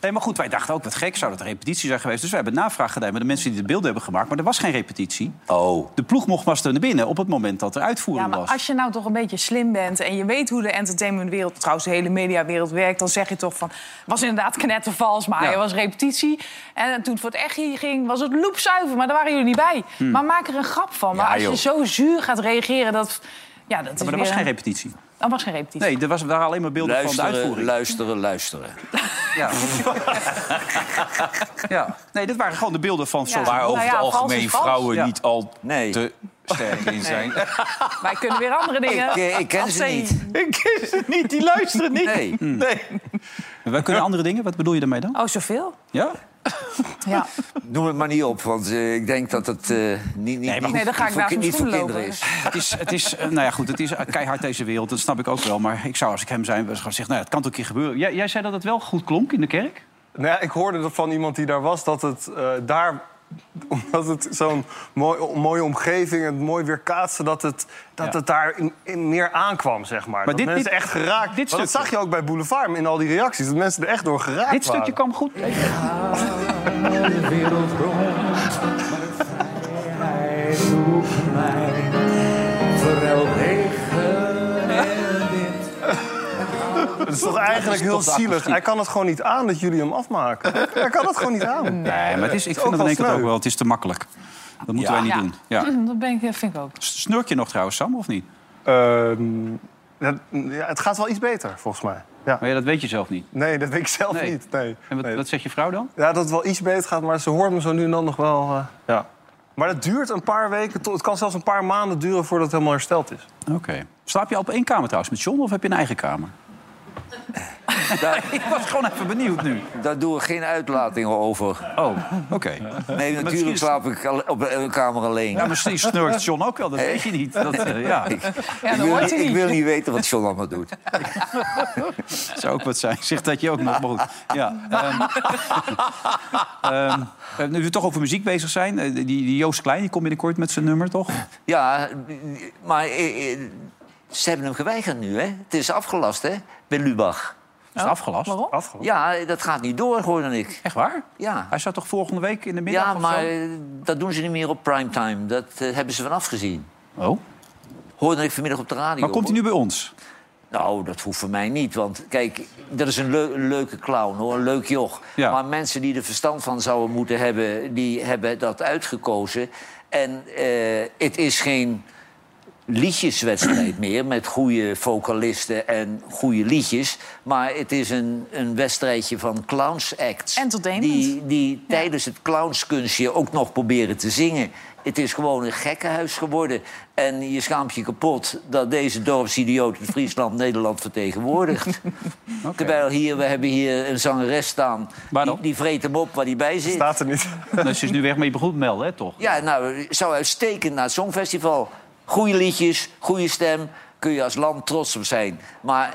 [SPEAKER 2] Nee, maar goed, wij dachten ook, wat gek zou dat een repetitie zijn geweest. Dus wij hebben navraag gedaan met de mensen die de beelden hebben gemaakt. Maar er was geen repetitie.
[SPEAKER 3] Oh.
[SPEAKER 2] De ploeg mocht maar naar binnen op het moment dat er
[SPEAKER 4] Ja,
[SPEAKER 2] uitvoering
[SPEAKER 4] maar
[SPEAKER 2] was.
[SPEAKER 4] als je nou toch een beetje slim bent en je weet hoe de entertainmentwereld, trouwens de hele mediawereld werkt, dan zeg je toch van, was inderdaad knettervals, maar
[SPEAKER 2] Ja.
[SPEAKER 4] er was repetitie. En toen het voor het echt ging, was het loepzuiver, maar daar waren jullie niet bij. Maar maak er een grap van. Maar
[SPEAKER 3] Ja,
[SPEAKER 4] als je
[SPEAKER 3] joh.
[SPEAKER 4] zo zuur gaat reageren, dat, ja, dat is
[SPEAKER 2] Maar er
[SPEAKER 4] weer
[SPEAKER 2] was
[SPEAKER 4] een- Oh,
[SPEAKER 2] geen repetitie.
[SPEAKER 4] Er was geen repetitie.
[SPEAKER 2] Nee, er was, daar waren alleen maar beelden van de
[SPEAKER 6] Luisteren,
[SPEAKER 2] uitvoering.
[SPEAKER 6] luisteren, luisteren.
[SPEAKER 2] Ja. ja. Nee, dat waren gewoon de beelden van zoals...
[SPEAKER 4] Ja.
[SPEAKER 3] Waar over
[SPEAKER 4] Nou ja,
[SPEAKER 3] het
[SPEAKER 4] vals
[SPEAKER 3] algemeen
[SPEAKER 4] is vals.
[SPEAKER 3] vrouwen
[SPEAKER 2] Ja.
[SPEAKER 3] niet al
[SPEAKER 6] Nee.
[SPEAKER 3] te sterk in zijn.
[SPEAKER 4] Wij kunnen weer andere dingen.
[SPEAKER 6] Ik, eh, ik ken ze
[SPEAKER 4] afzien.
[SPEAKER 6] niet.
[SPEAKER 3] Ik ken ze niet, die luisteren niet.
[SPEAKER 6] Nee.
[SPEAKER 2] Hm. Wij kunnen andere dingen. Wat bedoel je daarmee dan?
[SPEAKER 4] Oh, zoveel?
[SPEAKER 2] Ja?
[SPEAKER 4] Ja.
[SPEAKER 6] Noem het maar niet op, want eh, ik denk dat het eh, niet, niet,
[SPEAKER 2] maar goed.
[SPEAKER 6] niet,
[SPEAKER 4] Nee, dan ga ik
[SPEAKER 6] voor,
[SPEAKER 4] naast
[SPEAKER 6] ki-
[SPEAKER 4] mijn
[SPEAKER 6] niet voor
[SPEAKER 4] schoen
[SPEAKER 6] kinderen
[SPEAKER 4] lopen.
[SPEAKER 6] is.
[SPEAKER 2] Het is, het is, eh, nou ja, goed, het is eh, keihard deze wereld. Dat snap ik ook wel. Maar ik zou, als ik hem zijn, was gewoon zeggen... Nou ja, het kan toch een keer gebeuren. Jij, jij zei dat het wel goed klonk in de kerk?
[SPEAKER 5] Nou ja, ik hoorde dat van iemand die daar was dat het eh, daar omdat het zo'n mooi, mooie omgeving en het mooi weerkaatste... dat het, dat
[SPEAKER 2] Ja.
[SPEAKER 5] het daar in- in meer aankwam, zeg maar. dat
[SPEAKER 2] dit-
[SPEAKER 5] mensen
[SPEAKER 2] dit-
[SPEAKER 5] echt geraakt...
[SPEAKER 2] dit
[SPEAKER 5] want
[SPEAKER 2] stukje.
[SPEAKER 5] dat zag je ook bij Boulevard in al die reacties. Dat mensen er echt door geraakt
[SPEAKER 2] Dit stukje
[SPEAKER 5] waren.
[SPEAKER 2] kwam goed.
[SPEAKER 5] Het is toch eigenlijk heel
[SPEAKER 2] toch de
[SPEAKER 5] zielig.
[SPEAKER 2] akoestiek.
[SPEAKER 5] Hij kan het gewoon niet aan dat jullie hem afmaken. Hij kan het gewoon niet aan.
[SPEAKER 2] Nee, maar het is, ik
[SPEAKER 5] is
[SPEAKER 2] vind
[SPEAKER 5] ook
[SPEAKER 2] dat in één
[SPEAKER 5] wel
[SPEAKER 2] keer ook
[SPEAKER 5] sneu.
[SPEAKER 2] wel. Het is te makkelijk. Dat moeten wij niet
[SPEAKER 4] Ja.
[SPEAKER 2] doen. Ja.
[SPEAKER 4] Dat ben ik, vind ik ook.
[SPEAKER 2] Snurk je nog trouwens, Sam, of niet?
[SPEAKER 5] Ehm, dat- ja, het gaat wel iets beter, volgens mij. Ja.
[SPEAKER 2] Maar Oh ja, dat weet je zelf niet.
[SPEAKER 5] Nee, dat weet ik zelf
[SPEAKER 2] Nee.
[SPEAKER 5] niet. Nee.
[SPEAKER 2] En wat,
[SPEAKER 5] Nee.
[SPEAKER 2] wat zegt je vrouw dan?
[SPEAKER 5] Ja, dat het wel iets beter gaat, maar ze hoort me zo nu en dan nog wel. eh, ja. Maar dat duurt een paar weken, tot, het kan zelfs een paar maanden duren voordat het helemaal hersteld is.
[SPEAKER 2] Oké. Slaap je op één kamer trouwens met John of heb je een eigen kamer? Nou, ik was gewoon even benieuwd nu.
[SPEAKER 6] Daar doen we geen uitlatingen over.
[SPEAKER 2] Oh, oké.
[SPEAKER 6] Nee,
[SPEAKER 2] misschien
[SPEAKER 6] natuurlijk
[SPEAKER 2] is-
[SPEAKER 6] slaap ik al- op een kamer alleen.
[SPEAKER 2] Ja, misschien snurkt John ook wel, dat weet je niet. Dat, eh, ja,
[SPEAKER 4] Ja,
[SPEAKER 6] ik,
[SPEAKER 4] dat
[SPEAKER 6] wil
[SPEAKER 4] hoort
[SPEAKER 6] niet,
[SPEAKER 4] hij
[SPEAKER 6] ik
[SPEAKER 4] niet.
[SPEAKER 6] wil niet weten wat John allemaal doet.
[SPEAKER 2] zou ook wat zijn. Zeg dat je ook nog, maar goed. Ja, ehm, ehm, eh, nu we toch over muziek bezig zijn. eh, Die, die Joost Klein die komt binnenkort met zijn nummer, toch?
[SPEAKER 6] Ja, maar eh, eh, ze hebben hem geweigerd nu, hè? Het is afgelast, hè? Bij Lubach.
[SPEAKER 2] Is het afgelast?
[SPEAKER 4] Waarom?
[SPEAKER 6] Ja, dat gaat niet door, hoorde ik.
[SPEAKER 2] Echt waar?
[SPEAKER 6] Ja.
[SPEAKER 2] Hij zou toch volgende week in de middag
[SPEAKER 6] Ja,
[SPEAKER 2] of
[SPEAKER 6] maar
[SPEAKER 2] zo?
[SPEAKER 6] eh, dat doen ze niet meer op primetime. Dat eh, hebben ze vanaf gezien.
[SPEAKER 2] Oh.
[SPEAKER 6] Hoorde ik vanmiddag op de radio.
[SPEAKER 2] Maar komt hij nu bij ons?
[SPEAKER 6] Nou, dat hoeft voor mij niet. Want kijk, dat is een, leu- een leuke clown, hoor. Een leuk joch.
[SPEAKER 2] Ja.
[SPEAKER 6] Maar mensen die er verstand van zouden moeten hebben... die hebben dat uitgekozen. En eh, het is geen liedjeswedstrijd meer... met goede vocalisten en goede liedjes. Maar het is een, een wedstrijdje van clownsacts.
[SPEAKER 4] Entertainment.
[SPEAKER 6] Die, die tijdens het clownskunstje ook nog proberen te zingen. Het is gewoon een gekkenhuis geworden. En je schaamt je kapot dat deze dorpsidioot... het Friesland Nederland vertegenwoordigt. Terwijl hier, we hebben hier een zangeres staan.
[SPEAKER 2] Waar
[SPEAKER 6] Die,
[SPEAKER 2] dan?
[SPEAKER 6] die vreet hem op waar hij bij zit.
[SPEAKER 5] Staat er niet.
[SPEAKER 2] Nee, Nou, ze is nu weg, maar je begroet Mel, hè, toch?
[SPEAKER 6] Ja, nou, zou uitstekend naar het Songfestival. Goeie liedjes, goede stem. Kun je als land trots op zijn. Maar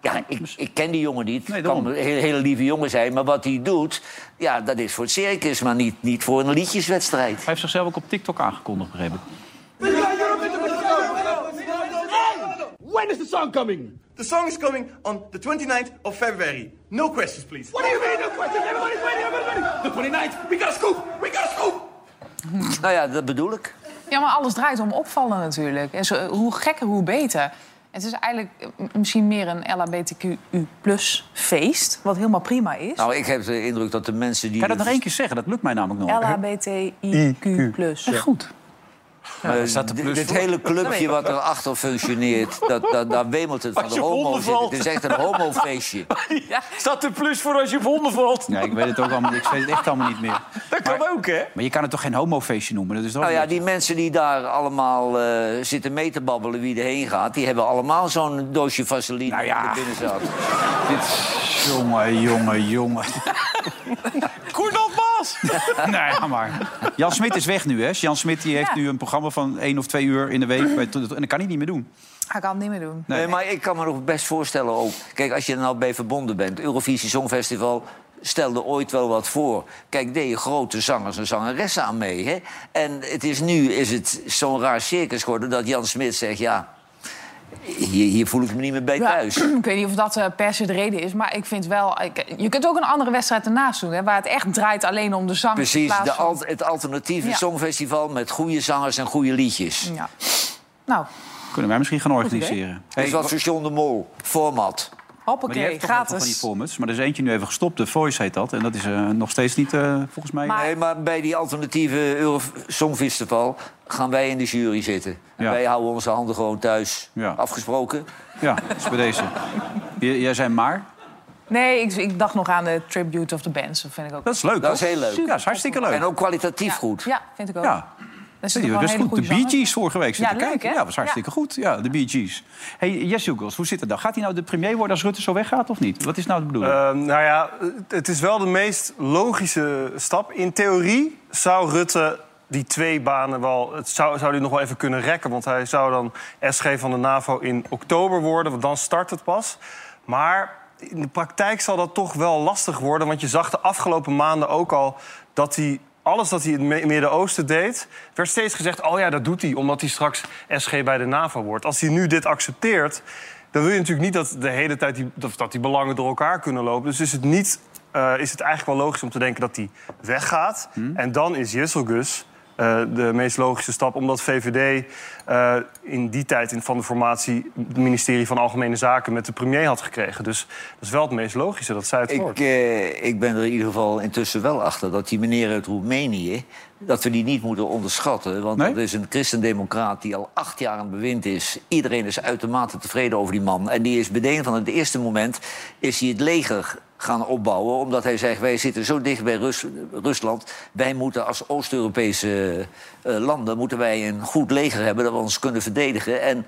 [SPEAKER 6] ja, ik, ik ken die jongen niet.
[SPEAKER 2] Nee,
[SPEAKER 6] kan
[SPEAKER 2] daarom.
[SPEAKER 6] een hele, hele lieve jongen zijn. Maar wat hij doet, ja, dat is voor het circus. Maar niet, niet voor een liedjeswedstrijd.
[SPEAKER 2] Hij heeft zichzelf ook op TikTok aangekondigd, begreep ik.
[SPEAKER 11] When is the song coming? The song is coming on the 29th of February. No questions, please. What do you mean, no questions? Everybody's waiting, everybody's waiting. The 29th, we got a scoop, we got a scoop.
[SPEAKER 6] Nou ja, dat bedoel ik.
[SPEAKER 4] Ja, maar alles draait om opvallen natuurlijk. En zo, eh, hoe gekker, hoe beter. Het is eigenlijk eh, m- misschien meer een LHBTQ plus feest, wat helemaal prima is.
[SPEAKER 6] Nou, ik heb de indruk dat de mensen die...
[SPEAKER 2] Kan je dat nog één keer zeggen? Dat lukt mij namelijk nog.
[SPEAKER 4] LHBTIQ plus.
[SPEAKER 2] Goed.
[SPEAKER 6] Eh, dit- dit hele clubje wat erachter functioneert, dat, dat, daar wemelt het van de homo's. in. Het is echt een homofeestje.
[SPEAKER 3] Staat er plus voor als je op honden valt?
[SPEAKER 2] Nee, ik weet het ook allemaal niet. Ik weet het echt allemaal niet meer.
[SPEAKER 3] Dat kan ook, hè?
[SPEAKER 2] Maar je kan het toch geen homofeestje noemen? Dat is toch
[SPEAKER 6] Nou ja,
[SPEAKER 2] niet-
[SPEAKER 6] die mensen die daar allemaal eh, zitten mee te babbelen wie erheen gaat... die hebben allemaal zo'n doosje vaseline
[SPEAKER 2] Nou ja.
[SPEAKER 6] in de binnenzak.
[SPEAKER 2] Dit... Jongen, jongen, jongen.
[SPEAKER 3] Koen op
[SPEAKER 2] Nederlands. nee, ja, maar. Jan Smit is weg nu, hè? Jan Smit die heeft
[SPEAKER 4] Ja.
[SPEAKER 2] nu een programma van één of twee uur in de week. bij- En dat kan hij niet meer doen.
[SPEAKER 4] Hij kan het niet meer doen.
[SPEAKER 6] Nee, Eh, maar ik kan me nog best voorstellen ook. Kijk, als je er nou bij verbonden bent, Eurovisie Songfestival stelde ooit wel wat voor. Kijk, deed je grote zangers en zangeressen aan mee. Hè? En het is nu is het zo'n raar circus geworden dat Jan Smit zegt: ja, hier, hier voel ik me niet meer bij thuis.
[SPEAKER 4] Ik weet niet of dat eh, per se de reden is, maar ik vind wel... ik- eh, je kunt ook een andere wedstrijd ernaast doen, hè, waar het echt draait alleen om de zang. in
[SPEAKER 6] Precies,
[SPEAKER 4] plaats
[SPEAKER 6] de
[SPEAKER 4] van-
[SPEAKER 6] al- het alternatieve
[SPEAKER 4] Ja.
[SPEAKER 6] songfestival met goede zangers en goede liedjes.
[SPEAKER 4] Ja. Nou,
[SPEAKER 2] Kunnen wij misschien gaan
[SPEAKER 4] idee.
[SPEAKER 2] organiseren.
[SPEAKER 6] Dus wat voor John de Mol, format.
[SPEAKER 2] maar die
[SPEAKER 4] hoppakee,
[SPEAKER 2] heeft toch nog wel van die
[SPEAKER 4] gratis.
[SPEAKER 2] formats. Maar er is eentje nu even gestopt. De Voice heet dat. En dat is eh, nog steeds niet, eh, volgens mij...
[SPEAKER 6] Nee, maar bij die alternatieve Euro Songfestival gaan wij in de jury zitten. En
[SPEAKER 2] Ja.
[SPEAKER 6] wij houden onze handen gewoon thuis.
[SPEAKER 2] Ja.
[SPEAKER 6] Afgesproken.
[SPEAKER 2] Ja, dat is bij deze. J- Jij zei maar.
[SPEAKER 4] Nee, ik, ik dacht nog aan de Tribute of the Bands. Dat vind ik ook.
[SPEAKER 2] Dat is leuk,
[SPEAKER 6] Dat is
[SPEAKER 2] hoor.
[SPEAKER 6] heel leuk.
[SPEAKER 2] Ja, dat is hartstikke leuk.
[SPEAKER 6] En ook kwalitatief goed.
[SPEAKER 4] Ja, vind ik ook.
[SPEAKER 2] Ja.
[SPEAKER 4] Dat
[SPEAKER 2] Weet je, dat is goed. De Bee Gees vorige week zitten
[SPEAKER 4] Ja, leuk,
[SPEAKER 2] kijken.
[SPEAKER 4] hè?
[SPEAKER 2] Ja, dat was hartstikke goed. Ja, de Bee Gees. Hey, Jesse Hoekels, hoe zit het dan? Gaat hij nou de premier worden als Rutte zo weggaat of niet? Wat is nou de bedoeling?
[SPEAKER 5] Ehm, nou ja, het is wel de meest logische stap. In theorie zou Rutte die twee banen wel... Het zou, zou hij nog wel even kunnen rekken. Want hij zou dan SG van de NAVO in oktober worden. Want dan start het pas. Maar in de praktijk zal dat toch wel lastig worden. Want je zag de afgelopen maanden ook al dat hij... Alles dat hij in het Me- Midden-Oosten deed, werd steeds gezegd... oh ja, dat doet hij, omdat hij straks SG bij de NAVO wordt. Als hij nu dit accepteert, dan wil je natuurlijk niet dat de hele tijd die, dat, dat die belangen door elkaar kunnen lopen. Dus is het, niet, eh, is het eigenlijk wel logisch om te denken dat die weggaat. En dan is Jesselgus eh de meest logische stap, omdat VVD eh, in die tijd in, van de formatie het ministerie van Algemene Zaken met de premier had gekregen. Dus dat is wel het meest logische dat zij het
[SPEAKER 6] Ik,
[SPEAKER 5] wordt.
[SPEAKER 6] eh, ik ben er in ieder geval intussen wel achter dat die meneer uit Roemenië... dat we die niet moeten onderschatten. Want
[SPEAKER 2] Nee?
[SPEAKER 6] dat is een christendemocraat die al acht jaar aan het bewind is. Iedereen is uitermate tevreden over die man. En die is meteen van het eerste moment is hij het leger gaan opbouwen. Omdat hij zegt, wij zitten zo dicht bij Rus- Rusland... wij moeten als Oost-Europese eh, landen moeten wij een goed leger hebben... dat we ons kunnen verdedigen. En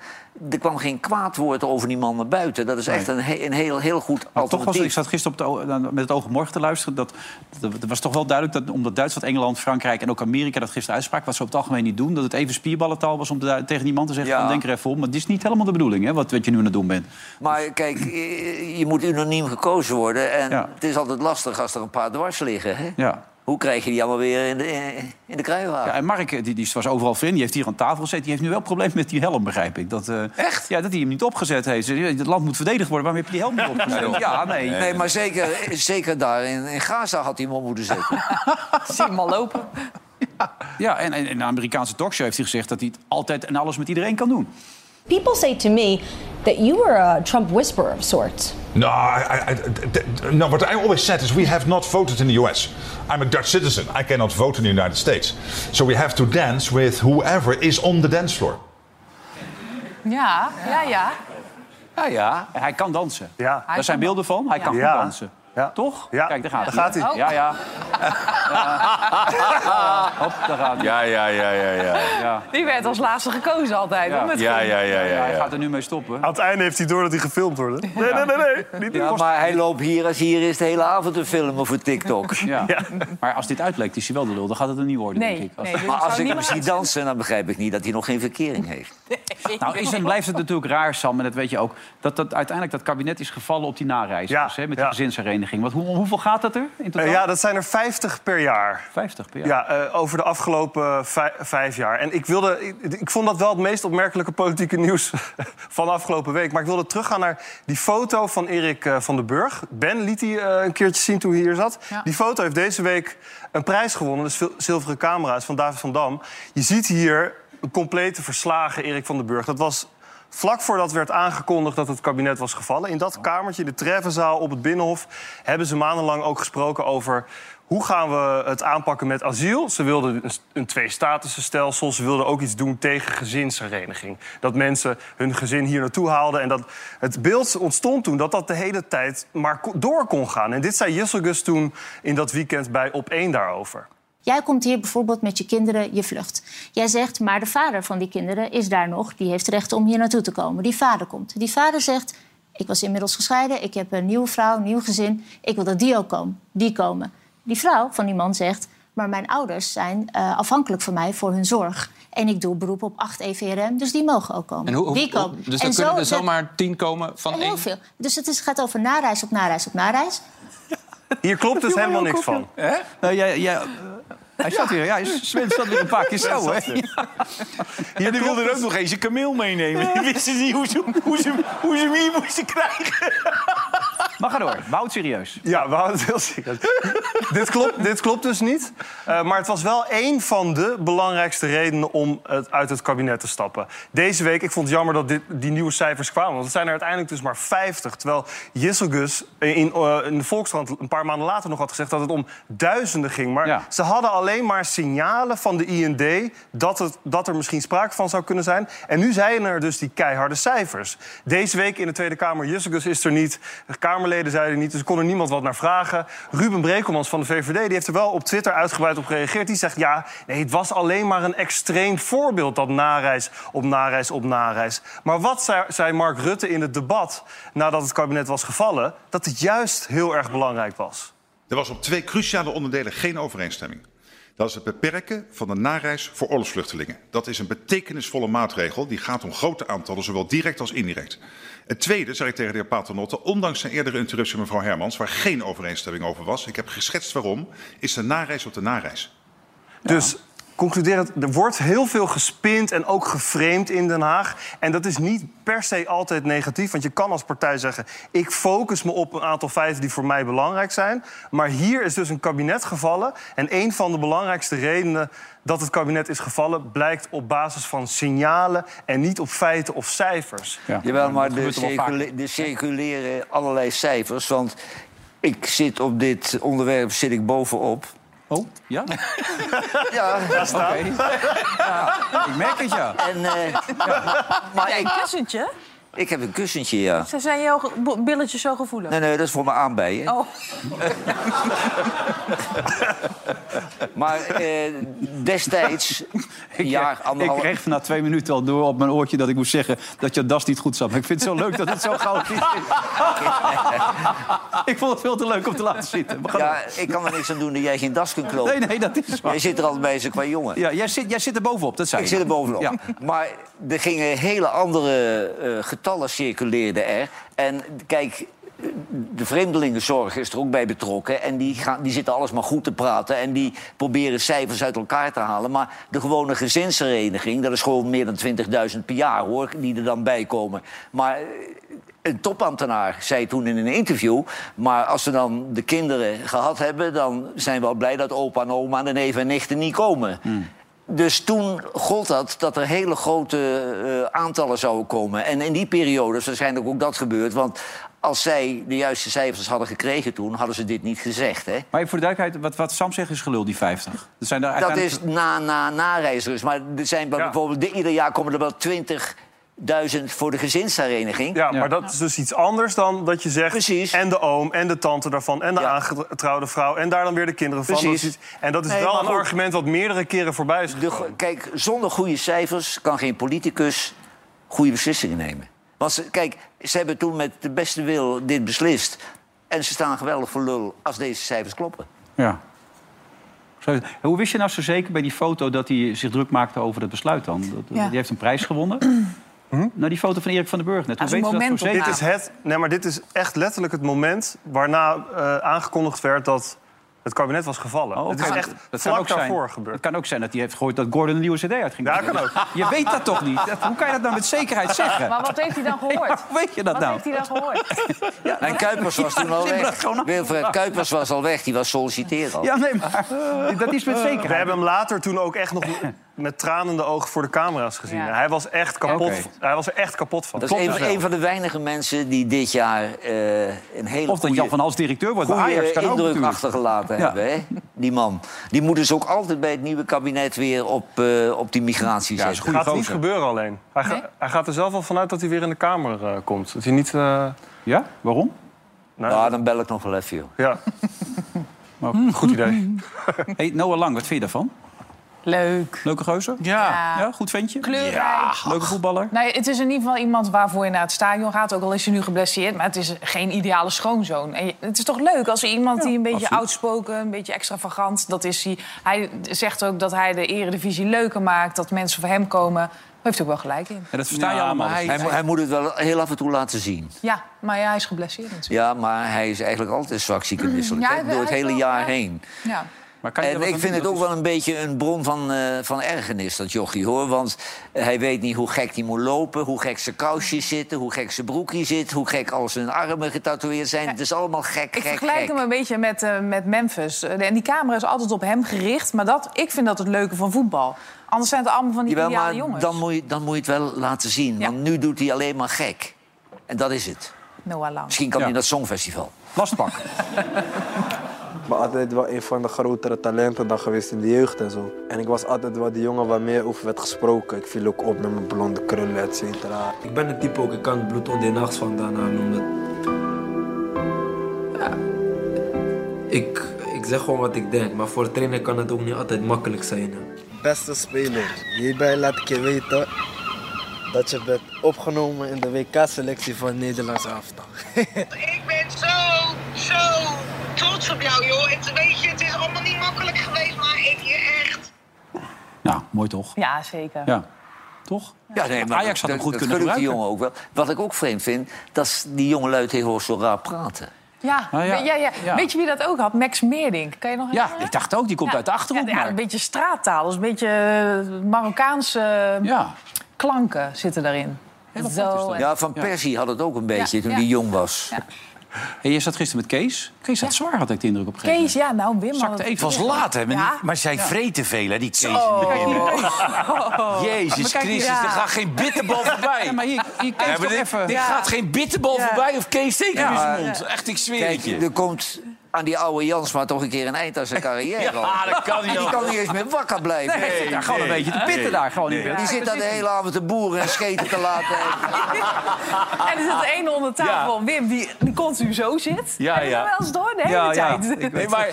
[SPEAKER 6] er kwam geen kwaad woord over die man naar buiten. Dat is echt een, he- een heel, heel goed
[SPEAKER 2] Maar toch was,
[SPEAKER 6] alternatief.
[SPEAKER 2] ik zat gisteren op het, oog- met het oog op morgen te luisteren. Dat, dat, dat was toch wel duidelijk dat omdat Duitsland, Engeland, Frankrijk en ook Amerika dat gisteren uitspraak, wat ze op het algemeen niet doen, dat het even spierballentaal was om te- tegen die man te zeggen:
[SPEAKER 6] Ja.
[SPEAKER 2] van, denk er even om. Maar dit is niet helemaal de bedoeling, hè, wat, wat je nu aan het doen bent.
[SPEAKER 6] Maar kijk, eh, je moet unaniem gekozen worden. En
[SPEAKER 2] Ja.
[SPEAKER 6] het is altijd lastig als er een paar dwars liggen. Hè?
[SPEAKER 2] Ja.
[SPEAKER 6] Hoe krijg je die allemaal weer in de, in- in de kruiwagen?
[SPEAKER 2] Ja, en Mark, eh, die, die was overal vriend, die heeft hier aan tafel gezeten. Die heeft nu wel problemen met die helm, begrijp ik. Dat, Echt? Ja, dat hij hem niet opgezet heeft. Ze zei, Het land moet verdedigd worden, waarom heb je die helm niet opgezet? Ja, nee.
[SPEAKER 6] nee, maar zeker, zeker daar in, in Gaza had hij hem op moeten zetten.
[SPEAKER 4] Zie hem al lopen.
[SPEAKER 2] Ja, en, en in de Amerikaanse talkshow heeft hij gezegd dat hij het altijd en alles met iedereen kan doen.
[SPEAKER 12] People say to me that you are a Trump whisperer of sorts.
[SPEAKER 13] No, Nou, I, I, I- th- no. What nou, I always said is we have not voted in the U.S. I'm a Dutch citizen. I cannot vote in the United States. So we have to dance with whoever is on the dance floor.
[SPEAKER 4] Ja, ja, ja.
[SPEAKER 2] Ja, Ah, ja. Hij kan dansen.
[SPEAKER 5] Ja.
[SPEAKER 2] Daar zijn beelden van. Hij kan
[SPEAKER 5] Ja.
[SPEAKER 2] goed dansen.
[SPEAKER 5] Ja.
[SPEAKER 2] Toch?
[SPEAKER 5] Ja.
[SPEAKER 2] Kijk, daar gaat
[SPEAKER 5] Daar
[SPEAKER 2] hij.
[SPEAKER 5] gaat hij.
[SPEAKER 2] Ja, ja. Ja. Hop, daar gaat hij.
[SPEAKER 3] Ja, ja, ja, ja, ja.
[SPEAKER 2] Ja.
[SPEAKER 4] Die werd als laatste gekozen altijd.
[SPEAKER 2] Ja.
[SPEAKER 4] hoor, met
[SPEAKER 3] Ja, ja, ja,
[SPEAKER 2] Ja,
[SPEAKER 3] ja.
[SPEAKER 2] hij
[SPEAKER 3] ja.
[SPEAKER 2] gaat er nu mee stoppen.
[SPEAKER 5] Aan het einde heeft hij door dat hij gefilmd wordt. hè? Nee, nee, nee, nee. Niet
[SPEAKER 6] Ja, maar hij loopt hier als hier is de hele avond te filmen voor TikTok.
[SPEAKER 2] Ja. Maar als dit uitlekt, is hij wel de lul. Dan gaat het er niet worden,
[SPEAKER 4] Nee,
[SPEAKER 2] denk ik. Als-
[SPEAKER 4] nee, dus- dit
[SPEAKER 6] Maar
[SPEAKER 4] zou
[SPEAKER 6] als ik hem
[SPEAKER 4] niemand-
[SPEAKER 6] zie dansen, dan begrijp ik niet dat hij nog geen verkering heeft.
[SPEAKER 2] Nou, is en blijft het natuurlijk raar, Sam, en dat weet je ook... dat, dat uiteindelijk dat kabinet is gevallen op die nareizigers...
[SPEAKER 5] Ja,
[SPEAKER 2] hè, met die
[SPEAKER 5] ja.
[SPEAKER 2] gezinshereniging. Want hoe, hoeveel gaat dat er in totaal?
[SPEAKER 5] Eh, ja, dat zijn er 50 per jaar.
[SPEAKER 2] 50 per jaar.
[SPEAKER 5] Ja, eh, over de afgelopen vij- vijf jaar. En ik, wilde, ik, ik vond dat wel het meest opmerkelijke politieke nieuws van de afgelopen week. Maar ik wilde teruggaan naar die foto van Erik eh, van den Burg. Ben liet die eh, een keertje zien toen hij hier zat.
[SPEAKER 4] Ja.
[SPEAKER 5] Die foto heeft deze week een prijs gewonnen. De zil- zilveren camera is van David van Dam. Je ziet hier een complete verslagen Erik van den Burg. Dat was Vlak voordat werd aangekondigd dat het kabinet was gevallen... in dat kamertje, in de Treffenzaal op het Binnenhof... hebben ze maandenlang ook gesproken over... hoe gaan we het aanpakken met asiel. Ze wilden een, een twee-statussen-stelsel. Ze wilden ook iets doen tegen gezinshereniging. Dat mensen hun gezin hier naartoe haalden. En dat het beeld ontstond toen dat dat de hele tijd maar ko- door kon gaan. En dit zei Jisselgus toen in dat weekend bij Op1 daarover.
[SPEAKER 12] Jij komt hier bijvoorbeeld met je kinderen, je vlucht. Jij zegt, maar de vader van die kinderen is daar nog. Die heeft recht om hier naartoe te komen. Die vader komt. Die vader zegt, ik was inmiddels gescheiden. Ik heb een nieuwe vrouw, een nieuw gezin. Ik wil dat die ook komen. Die komen. Die vrouw van die man zegt... maar mijn ouders zijn eh, afhankelijk van mij voor hun zorg. En ik doe beroep op 8 EVRM, dus die mogen ook komen.
[SPEAKER 14] En hoe, hoe-
[SPEAKER 12] die komen.
[SPEAKER 14] hoe- dus
[SPEAKER 12] En
[SPEAKER 14] dan kunnen er
[SPEAKER 12] dat-
[SPEAKER 14] zomaar tien komen van één.
[SPEAKER 12] Heel veel. Dus het is, gaat over nareis op nareis op nareis.
[SPEAKER 5] Hier klopt dus helemaal niks van.
[SPEAKER 2] Hè? Nou, jij, jij, hij zat weer, ja, Sven zat weer een paar keer zo, hè?
[SPEAKER 8] Ja, die wilde er ook nog eens een kameel meenemen. Die wisten niet hoe ze, hoe, ze, hoe ze hem hier moesten krijgen.
[SPEAKER 2] Maar ga door, we serieus.
[SPEAKER 5] Ja, we houden het heel serieus. dit, klopt, dit klopt dus niet. Eh, maar het was wel één van de belangrijkste redenen om het, uit het kabinet te stappen. Deze week, ik vond het jammer dat dit, die nieuwe cijfers kwamen. Want het zijn er uiteindelijk dus maar 50. Terwijl Jisselgus in, eh, in de Volkskrant een paar maanden later nog had gezegd... dat het om duizenden ging. Maar ze hadden alleen maar signalen van de IND... Dat, het, dat er misschien sprake van zou kunnen zijn. En nu zijn er dus die keiharde cijfers. Deze week in de Tweede Kamer, Jussekus is er niet. De Kamerleden zeiden niet, dus er kon er niemand wat naar vragen. Ruben Brekelmans van de VVD die heeft er wel op Twitter uitgebreid op gereageerd. Die zegt, ja, nee, het was alleen maar een extreem voorbeeld... dat nareis op nareis op nareis. Maar wat zei- zei Mark Rutte in het debat nadat het kabinet was gevallen... dat het juist heel erg belangrijk was.
[SPEAKER 13] Er was op twee cruciale onderdelen geen overeenstemming. Dat is het beperken van de nareis voor oorlogsvluchtelingen. Dat is een betekenisvolle maatregel die gaat om grote aantallen, zowel direct als indirect. Het tweede, zei ik tegen de heer Paternotte, ondanks zijn eerdere interruptie mevrouw Hermans, waar geen overeenstemming over was, ik heb geschetst waarom, is de nareis op de nareis.
[SPEAKER 5] Dus concluderend, er wordt heel veel gespind en ook geframed in Den Haag. En dat is niet per se altijd negatief. Want je kan als partij zeggen, ik focus me op een aantal feiten die voor mij belangrijk zijn. Maar hier is dus een kabinet gevallen. En een van de belangrijkste redenen dat het kabinet is gevallen... blijkt op basis van signalen en niet op feiten of cijfers.
[SPEAKER 6] Jawel, maar
[SPEAKER 5] Dat
[SPEAKER 6] er
[SPEAKER 5] gebeurt er wel vaak.
[SPEAKER 6] circule- er circuleren allerlei cijfers. Want ik zit op dit onderwerp zit ik bovenop.
[SPEAKER 2] Oh, ja?
[SPEAKER 6] ja,
[SPEAKER 1] Daar staat.
[SPEAKER 2] ik merk het, ja.
[SPEAKER 6] En, eh,
[SPEAKER 4] Maar een kussentje?
[SPEAKER 6] ik heb een kussentje, ja.
[SPEAKER 4] Ze zijn jouw ge- bo- billetjes zo gevoelig.
[SPEAKER 6] Nee, nee, dat is voor mijn aanbijen.
[SPEAKER 4] Oh.
[SPEAKER 6] Maar eh, destijds, een jaar,
[SPEAKER 2] Ik
[SPEAKER 6] anderhalf...
[SPEAKER 2] kreeg na twee minuten al door op mijn oortje dat ik moest zeggen dat je das niet goed zat. Maar ik vind het zo leuk dat het zo gauw is. ik vond het veel te leuk om te laten zitten. We gaan
[SPEAKER 6] Ja,
[SPEAKER 2] door.
[SPEAKER 6] ik kan er niks aan doen dat jij geen das kunt knopen.
[SPEAKER 2] Nee, nee, dat is waar.
[SPEAKER 6] Jij zit er altijd bij ze qua jongen.
[SPEAKER 2] Ja, jij, zit, jij zit er bovenop, dat zei
[SPEAKER 6] Ik
[SPEAKER 2] je.
[SPEAKER 6] zit er bovenop.
[SPEAKER 2] Ja.
[SPEAKER 6] Maar er gingen hele andere eh, getallen circuleerden er. En kijk, de vreemdelingenzorg is er ook bij betrokken. En die, gaan, die zitten alles maar goed te praten. En die proberen cijfers uit elkaar te halen. Maar de gewone gezinshereniging, dat is gewoon meer dan 20.000 per jaar hoor, die er dan bij komen. Maar eh, een topambtenaar zei toen in een interview. Maar als we dan de kinderen gehad hebben, dan zijn we al blij dat opa en oma en de neven en nichten niet komen. Dus toen gold dat dat er hele grote eh, aantallen zouden komen. En in die periode is waarschijnlijk ook dat gebeurd. Want als zij de juiste cijfers hadden gekregen toen, hadden ze dit niet gezegd. Hè?
[SPEAKER 2] Maar even voor de duidelijkheid, wat, wat Sam zegt is gelul, die 50. Dat, zijn daar
[SPEAKER 6] Dat
[SPEAKER 2] uiteindelijk-
[SPEAKER 6] is na, na, na reizigers. Maar er zijn bijvoorbeeld, ieder jaar komen er wel 20.000 voor de gezinshereniging.
[SPEAKER 5] Ja, maar dat is dus iets anders dan dat je zegt... en de oom en de tante daarvan en de aangetrouwde vrouw... en daar dan weer de kinderen van.
[SPEAKER 6] Precies.
[SPEAKER 5] Dat is iets- en dat is
[SPEAKER 6] Nee,
[SPEAKER 5] wel
[SPEAKER 6] maar
[SPEAKER 5] een
[SPEAKER 6] goed.
[SPEAKER 5] argument wat meerdere keren voorbij is
[SPEAKER 6] gekomen. Kijk, zonder goede cijfers kan geen politicus goede beslissingen nemen. Want ze- kijk, ze hebben toen met de beste wil dit beslist. En ze staan geweldig voor lul als deze cijfers kloppen.
[SPEAKER 2] Ja. Zo- Hoe wist je nou zo zeker bij die foto dat hij zich druk maakte over dat besluit dan? Dat,
[SPEAKER 5] Ja.
[SPEAKER 2] Die heeft een prijs gewonnen. Nou, die foto van Erik van den Burg net. Hoe weet je dat zo zeker?
[SPEAKER 5] Dit is het, nee, maar dit is echt letterlijk het moment waarna eh, aangekondigd werd dat het kabinet was gevallen.
[SPEAKER 2] Oh,
[SPEAKER 5] het
[SPEAKER 2] oké.
[SPEAKER 5] is echt
[SPEAKER 2] dat kan
[SPEAKER 5] vlak
[SPEAKER 2] ook zijn.
[SPEAKER 5] daarvoor.
[SPEAKER 2] Het kan ook zijn dat hij heeft gehoord dat Gordon een nieuwe CD uitging.
[SPEAKER 5] Ja, kan ook.
[SPEAKER 2] Je weet dat toch niet? Dat- hoe kan je dat nou met zekerheid zeggen?
[SPEAKER 4] Maar wat heeft hij dan gehoord?
[SPEAKER 2] Hoe weet je dat
[SPEAKER 4] wat
[SPEAKER 2] nou?
[SPEAKER 4] heeft hij dan gehoord?
[SPEAKER 6] en Kuipers was toen al
[SPEAKER 4] ze hebben dat
[SPEAKER 6] weg. Wilfred Kuipers was al weg, die was solliciteren al.
[SPEAKER 2] Ja, nee, maar dat is met zekerheid.
[SPEAKER 5] We hebben hem later toen ook echt nog met tranende ogen voor de camera's gezien.
[SPEAKER 6] Ja.
[SPEAKER 5] Hij, was echt kapot,
[SPEAKER 6] Oké.
[SPEAKER 5] hij was er echt kapot van.
[SPEAKER 6] Dat is een, een van de weinige mensen die dit jaar eh, een hele
[SPEAKER 5] Of dat
[SPEAKER 6] goede-
[SPEAKER 5] Jan van Hals directeur wordt bij
[SPEAKER 6] goede
[SPEAKER 5] Ajax, kan ook
[SPEAKER 6] indruk
[SPEAKER 5] natuurlijk.
[SPEAKER 6] achtergelaten
[SPEAKER 5] Ja.
[SPEAKER 6] hebben, hè? die man. Die moet dus ook altijd bij het nieuwe kabinet weer op, eh, op die migratie zetten.
[SPEAKER 5] Het gaat niet gebeuren alleen. Hij, ga- hij gaat er zelf al vanuit dat hij weer in de Kamer eh, komt. Dat hij niet... eh,
[SPEAKER 2] Ja? Waarom?
[SPEAKER 5] Nou,
[SPEAKER 6] dan bel ik nog wel even, joh.
[SPEAKER 5] Ja.
[SPEAKER 2] goed idee. Hey, Noah Lang, wat vind je daarvan?
[SPEAKER 4] Leuk.
[SPEAKER 2] Leuke gozer?
[SPEAKER 4] Ja.
[SPEAKER 2] ja goed ventje?
[SPEAKER 4] Kleurrijk.
[SPEAKER 2] Leuke voetballer?
[SPEAKER 4] Nee, het is in ieder geval iemand waarvoor je naar het stadion gaat. Ook al is hij nu geblesseerd, maar het is geen ideale schoonzoon. En je- het is toch leuk als er iemand die een beetje
[SPEAKER 2] absoluut.
[SPEAKER 4] outspoken, een beetje extravagant, dat is hij. Hij zegt ook dat hij de eredivisie leuker maakt, dat mensen voor hem komen. Daar heeft hij ook wel gelijk in.
[SPEAKER 2] dat versta je allemaal.
[SPEAKER 6] Hij,
[SPEAKER 2] dus.
[SPEAKER 6] hij, hij moet het wel heel af en toe laten zien.
[SPEAKER 4] Ja, maar ja, hij is geblesseerd natuurlijk.
[SPEAKER 6] Ja, maar hij is eigenlijk altijd zwak, ziek en misselijk.
[SPEAKER 4] Ja,
[SPEAKER 6] hè,
[SPEAKER 4] hij-
[SPEAKER 6] door het
[SPEAKER 4] hij is
[SPEAKER 6] hele
[SPEAKER 4] wel-
[SPEAKER 6] jaar
[SPEAKER 4] ja.
[SPEAKER 6] heen.
[SPEAKER 4] Ja.
[SPEAKER 6] en ik vind het ook wel een beetje een bron van, eh, van ergernis, dat jochie, hoor. Want hij weet niet hoe gek hij moet lopen, hoe gek zijn kousjes zitten... hoe gek zijn broekje zit, hoe gek al zijn armen getatoeëerd zijn. Het is allemaal gek, gek,
[SPEAKER 4] Ik vergelijk
[SPEAKER 6] gek.
[SPEAKER 4] hem een beetje met, eh, met Memphis. Eh, en die camera is altijd op hem gericht. Maar dat, ik vind dat het leuke van voetbal. Anders zijn het allemaal van die
[SPEAKER 6] Jawel,
[SPEAKER 4] ideale
[SPEAKER 6] maar
[SPEAKER 4] jongens.
[SPEAKER 6] dan moet, je, dan moet je het wel laten zien. Want nu doet hij alleen maar gek. En dat is het.
[SPEAKER 4] Noah Lang.
[SPEAKER 6] Misschien kan hij naar het Songfestival.
[SPEAKER 2] Lastpak.
[SPEAKER 15] ben altijd wel een van de grotere talenten dan geweest in de jeugd en zo. En ik was altijd wel die jongen waar meer over werd gesproken. Ik viel ook op met mijn blonde krullen, et cetera. Ik ben het type ook, ik kan bloed onder de nachts vandaan halen. Omdat... Ik, ik zeg gewoon wat ik denk, maar voor een trainer kan het ook niet altijd makkelijk zijn.
[SPEAKER 16] Beste speler, hierbij laat ik je weten dat je bent opgenomen in de WK-selectie van Nederlands elftal.
[SPEAKER 1] Ik ben zo, zo trots op jou, joh. Het, weet je, het is allemaal niet makkelijk geweest, maar ik je echt.
[SPEAKER 2] Nou, mooi toch?
[SPEAKER 4] Ja, zeker.
[SPEAKER 2] Ja. Toch?
[SPEAKER 6] Ja, nee, maar
[SPEAKER 2] Ajax had hem
[SPEAKER 6] dat-
[SPEAKER 2] goed
[SPEAKER 6] dat
[SPEAKER 2] kunnen
[SPEAKER 6] gunt die
[SPEAKER 2] gebruiken.
[SPEAKER 6] jongen ook wel. Wat ik ook vreemd vind, dat is die jongelui tegenwoordig zo raar praten.
[SPEAKER 4] Ja.
[SPEAKER 6] Ah, ja.
[SPEAKER 4] ja, ja.
[SPEAKER 6] Ja.
[SPEAKER 4] Weet je wie dat ook had? Max Meerdink. Kan je nog
[SPEAKER 6] Ja,
[SPEAKER 4] herinneren?
[SPEAKER 6] ik dacht ook, die komt uit de Achterhoek,
[SPEAKER 4] Ja, ja,
[SPEAKER 6] maar-
[SPEAKER 4] een beetje straattaal. Dus een beetje eh, Marokkaanse eh, klanken zitten daarin. Zo. en-
[SPEAKER 6] Ja, Van Persie had het ook een beetje
[SPEAKER 4] Ja,
[SPEAKER 6] toen
[SPEAKER 4] ja.
[SPEAKER 6] hij jong was.
[SPEAKER 2] Hey, je zat gisteren met Kees. Kees had zwaar, had ik de indruk op een gegeven
[SPEAKER 4] Kees, ja, nou, Wim had
[SPEAKER 2] moment.
[SPEAKER 4] het
[SPEAKER 2] Zakte even.
[SPEAKER 4] Ja. Ja.
[SPEAKER 8] veel, hè, die Kees.
[SPEAKER 4] Zo.
[SPEAKER 8] Jezus
[SPEAKER 2] Maar kijk hier,
[SPEAKER 8] Christus,
[SPEAKER 2] ja.
[SPEAKER 8] er gaat geen bitterbal voorbij.
[SPEAKER 2] Ja, maar hier, hier Kees
[SPEAKER 8] Ja, maar
[SPEAKER 2] toch
[SPEAKER 8] dit-
[SPEAKER 2] even.
[SPEAKER 8] dit gaat geen bitterbal
[SPEAKER 2] Ja.
[SPEAKER 8] voorbij of Kees zeker in
[SPEAKER 6] Ja.
[SPEAKER 8] zijn mond. Echt, ik zweer
[SPEAKER 6] Kijk,
[SPEAKER 8] het je.
[SPEAKER 6] er komt aan die oude Jansma toch een keer een eind aan zijn carrière.
[SPEAKER 8] Ja,
[SPEAKER 6] al.
[SPEAKER 8] Ah, dat kan niet
[SPEAKER 6] Die
[SPEAKER 8] anders.
[SPEAKER 6] kan niet eens meer wakker blijven.
[SPEAKER 8] Nee, Hij zit daar gewoon een nee, beetje te pitten nee, daar, gewoon in nee. bed.
[SPEAKER 6] Die
[SPEAKER 8] Ja,
[SPEAKER 6] zit daar de
[SPEAKER 8] precies.
[SPEAKER 6] hele avond te boeren en scheten te laten.
[SPEAKER 4] En er zit de ene onder tafel, Wim, die, die continu zo zit.
[SPEAKER 8] Ja,
[SPEAKER 4] Heb je
[SPEAKER 8] ja.
[SPEAKER 4] dat wel eens door de hele tijd?
[SPEAKER 8] Nee, maar,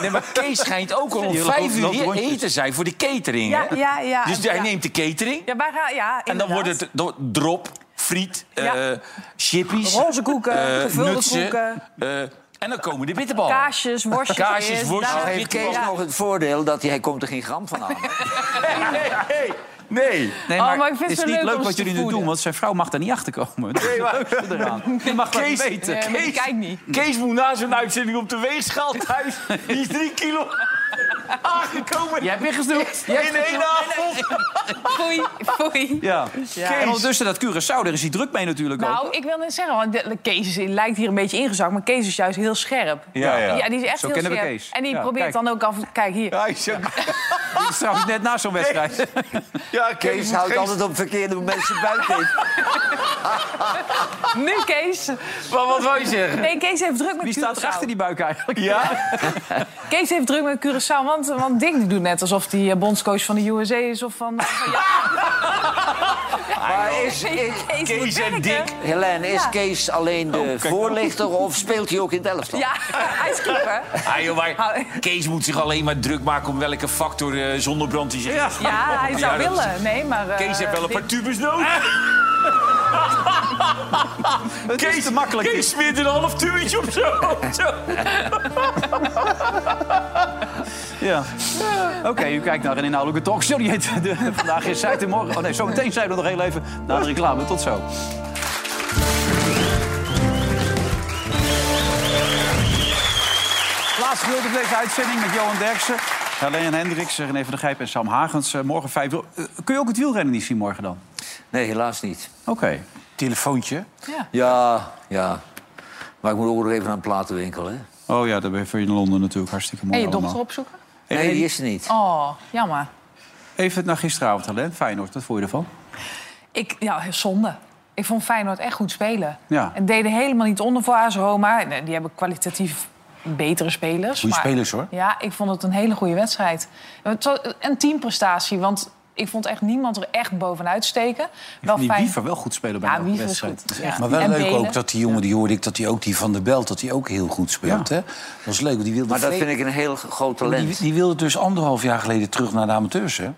[SPEAKER 8] nee, maar Kees schijnt ook al om
[SPEAKER 4] Die
[SPEAKER 8] vijf
[SPEAKER 4] loopt-
[SPEAKER 8] uur
[SPEAKER 4] loopt
[SPEAKER 8] hier
[SPEAKER 4] rondjes.
[SPEAKER 8] eten zijn voor de catering.
[SPEAKER 4] Ja,
[SPEAKER 8] hè?
[SPEAKER 4] ja, ja.
[SPEAKER 8] Dus hij
[SPEAKER 4] Ja.
[SPEAKER 8] neemt de catering
[SPEAKER 4] Ja, wij gaan, ja,
[SPEAKER 8] en dan wordt het do- drop, friet, eh chippies.
[SPEAKER 4] Roze koeken,
[SPEAKER 8] eh,
[SPEAKER 4] gevulde
[SPEAKER 8] nutsen,
[SPEAKER 4] koeken.
[SPEAKER 8] eh, en dan komen de bitterballen.
[SPEAKER 4] Kaasjes, worstjes
[SPEAKER 8] Kaasjes,
[SPEAKER 4] eerst,
[SPEAKER 2] nou,
[SPEAKER 8] worstjes,
[SPEAKER 4] daar-
[SPEAKER 6] Heeft Kees
[SPEAKER 4] Ja.
[SPEAKER 6] nog het voordeel dat hij, hij komt er geen gram van aan.
[SPEAKER 8] Nee.
[SPEAKER 2] Nee,
[SPEAKER 4] Oh,
[SPEAKER 2] maar,
[SPEAKER 4] maar ik
[SPEAKER 2] het
[SPEAKER 4] vind
[SPEAKER 2] is
[SPEAKER 4] het
[SPEAKER 2] niet
[SPEAKER 4] leuk
[SPEAKER 2] leuk,
[SPEAKER 4] om
[SPEAKER 2] wat
[SPEAKER 4] ze te
[SPEAKER 2] jullie nu doen,
[SPEAKER 4] voeden.
[SPEAKER 2] want zijn vrouw mag daar niet achter komen. Dat is het leukste eraan. Je mag dat niet weten.
[SPEAKER 4] Nee, maar die kijkt niet.
[SPEAKER 8] Kees moet na zo'n uitzending op de weegschaal thuis. Die is drie kilo aangekomen.
[SPEAKER 2] Jij hebt weer gesnoept. Jij hebt
[SPEAKER 8] In één
[SPEAKER 2] gesnoept.
[SPEAKER 8] avond.
[SPEAKER 4] Foei, foei.
[SPEAKER 2] Ja.
[SPEAKER 4] Ja.
[SPEAKER 2] En ondertussen dat Curaçao, daar is hij druk mee natuurlijk ook.
[SPEAKER 4] Nou, ik wil net zeggen, want de- Kees is- lijkt hier een beetje ingezakt, maar Kees is juist heel scherp.
[SPEAKER 2] Ja, ja.
[SPEAKER 4] die is echt
[SPEAKER 2] Zo
[SPEAKER 4] heel
[SPEAKER 2] kennen we
[SPEAKER 4] scherp.
[SPEAKER 2] Kees.
[SPEAKER 4] En die
[SPEAKER 2] Ja,
[SPEAKER 4] probeert
[SPEAKER 2] kijk.
[SPEAKER 4] dan ook af. Kijk hier.
[SPEAKER 8] Ja, is ook...
[SPEAKER 2] Dit is trouwens net na zo'n wedstrijd.
[SPEAKER 8] Ja,
[SPEAKER 6] Kees moet houdt Kees- altijd op verkeerde momenten zijn buik
[SPEAKER 4] Nu Kees.
[SPEAKER 8] Maar wat wou je zeggen?
[SPEAKER 4] Nee, Kees heeft druk met
[SPEAKER 2] Wie staat er
[SPEAKER 4] Curaçao.
[SPEAKER 2] achter die buik eigenlijk?
[SPEAKER 8] Ja?
[SPEAKER 4] Kees heeft druk met Curaçao, want, want Dick die doet net alsof hij eh, bondscoach van de USA is of van... van ja.
[SPEAKER 6] Maar is, is,
[SPEAKER 4] Kees, moet werken.
[SPEAKER 6] Helene, is
[SPEAKER 4] Ja.
[SPEAKER 6] Kees alleen de voorlichter of speelt hij ook in het elftal?
[SPEAKER 4] Ja, hij is keeper.
[SPEAKER 8] Ah, joh, maar Kees moet zich alleen maar druk maken om welke factor eh, zonnebrand hij zich ja. Ah,
[SPEAKER 4] Ja, hij zou
[SPEAKER 8] dat is-
[SPEAKER 4] willen. Nee, maar... eh,
[SPEAKER 8] Kees heeft wel een
[SPEAKER 4] Dick-
[SPEAKER 8] paar tubes nodig. Kees, is makkelijk. Kees smeert een half tubetje op zo. zo.
[SPEAKER 2] Ja. Oké, u kijkt naar een inhoudelijke talkshow. Die heet de, Vandaag is Zuid en morgen. Oh nee, zometeen zijn we nog heel even na de reclame. Tot zo. Laatste gedeelte van deze uitzending met Johan Derksen. Helene Hendricks, René van der Gijp en Sam Hagens. Eh, Morgen vijf uur. Eh, Kun je ook het wielrennen niet zien morgen dan?
[SPEAKER 6] Nee, helaas niet.
[SPEAKER 2] Oké. Telefoontje?
[SPEAKER 6] Ja, ja. Maar ik moet ook nog even naar een platenwinkel, hè?
[SPEAKER 2] Oh ja, daar ben je voor in Londen natuurlijk. Hartstikke mooi
[SPEAKER 4] En je dochter
[SPEAKER 2] allemaal.
[SPEAKER 4] opzoeken?
[SPEAKER 6] Nee, die is er niet.
[SPEAKER 4] Oh, jammer.
[SPEAKER 2] Even naar gisteravond, Helene. Feyenoord, wat vond je ervan?
[SPEAKER 4] Ik, ja, zonde. Ik vond Feyenoord echt goed spelen.
[SPEAKER 2] Ja.
[SPEAKER 4] En deden helemaal niet onder voor AS Roma. Nee, Die hebben kwalitatief betere spelers.
[SPEAKER 8] Goeie
[SPEAKER 4] maar-
[SPEAKER 8] spelers, hoor.
[SPEAKER 4] Ja, ik vond het een hele goede wedstrijd. Het was een teamprestatie, want... ik vond echt niemand er echt bovenuit steken. Wel
[SPEAKER 8] die
[SPEAKER 4] fijn.
[SPEAKER 8] Wiever wel goed spelen bij
[SPEAKER 4] Ja,
[SPEAKER 8] de
[SPEAKER 4] Wiever is
[SPEAKER 8] wedstrijd.
[SPEAKER 4] goed.
[SPEAKER 8] Dat is echt-
[SPEAKER 4] Ja.
[SPEAKER 8] Maar wel
[SPEAKER 4] En
[SPEAKER 8] leuk
[SPEAKER 4] Belen.
[SPEAKER 8] ook dat die jongen, die hoorde ik, dat die ook die Van der Belt, dat die ook heel goed speelt. Hè? Dat is leuk. want Die wilde
[SPEAKER 6] Maar dat
[SPEAKER 8] vle-
[SPEAKER 6] vind ik een heel groot talent.
[SPEAKER 8] Die, die wilde dus anderhalf jaar geleden terug naar de amateurs. Hè?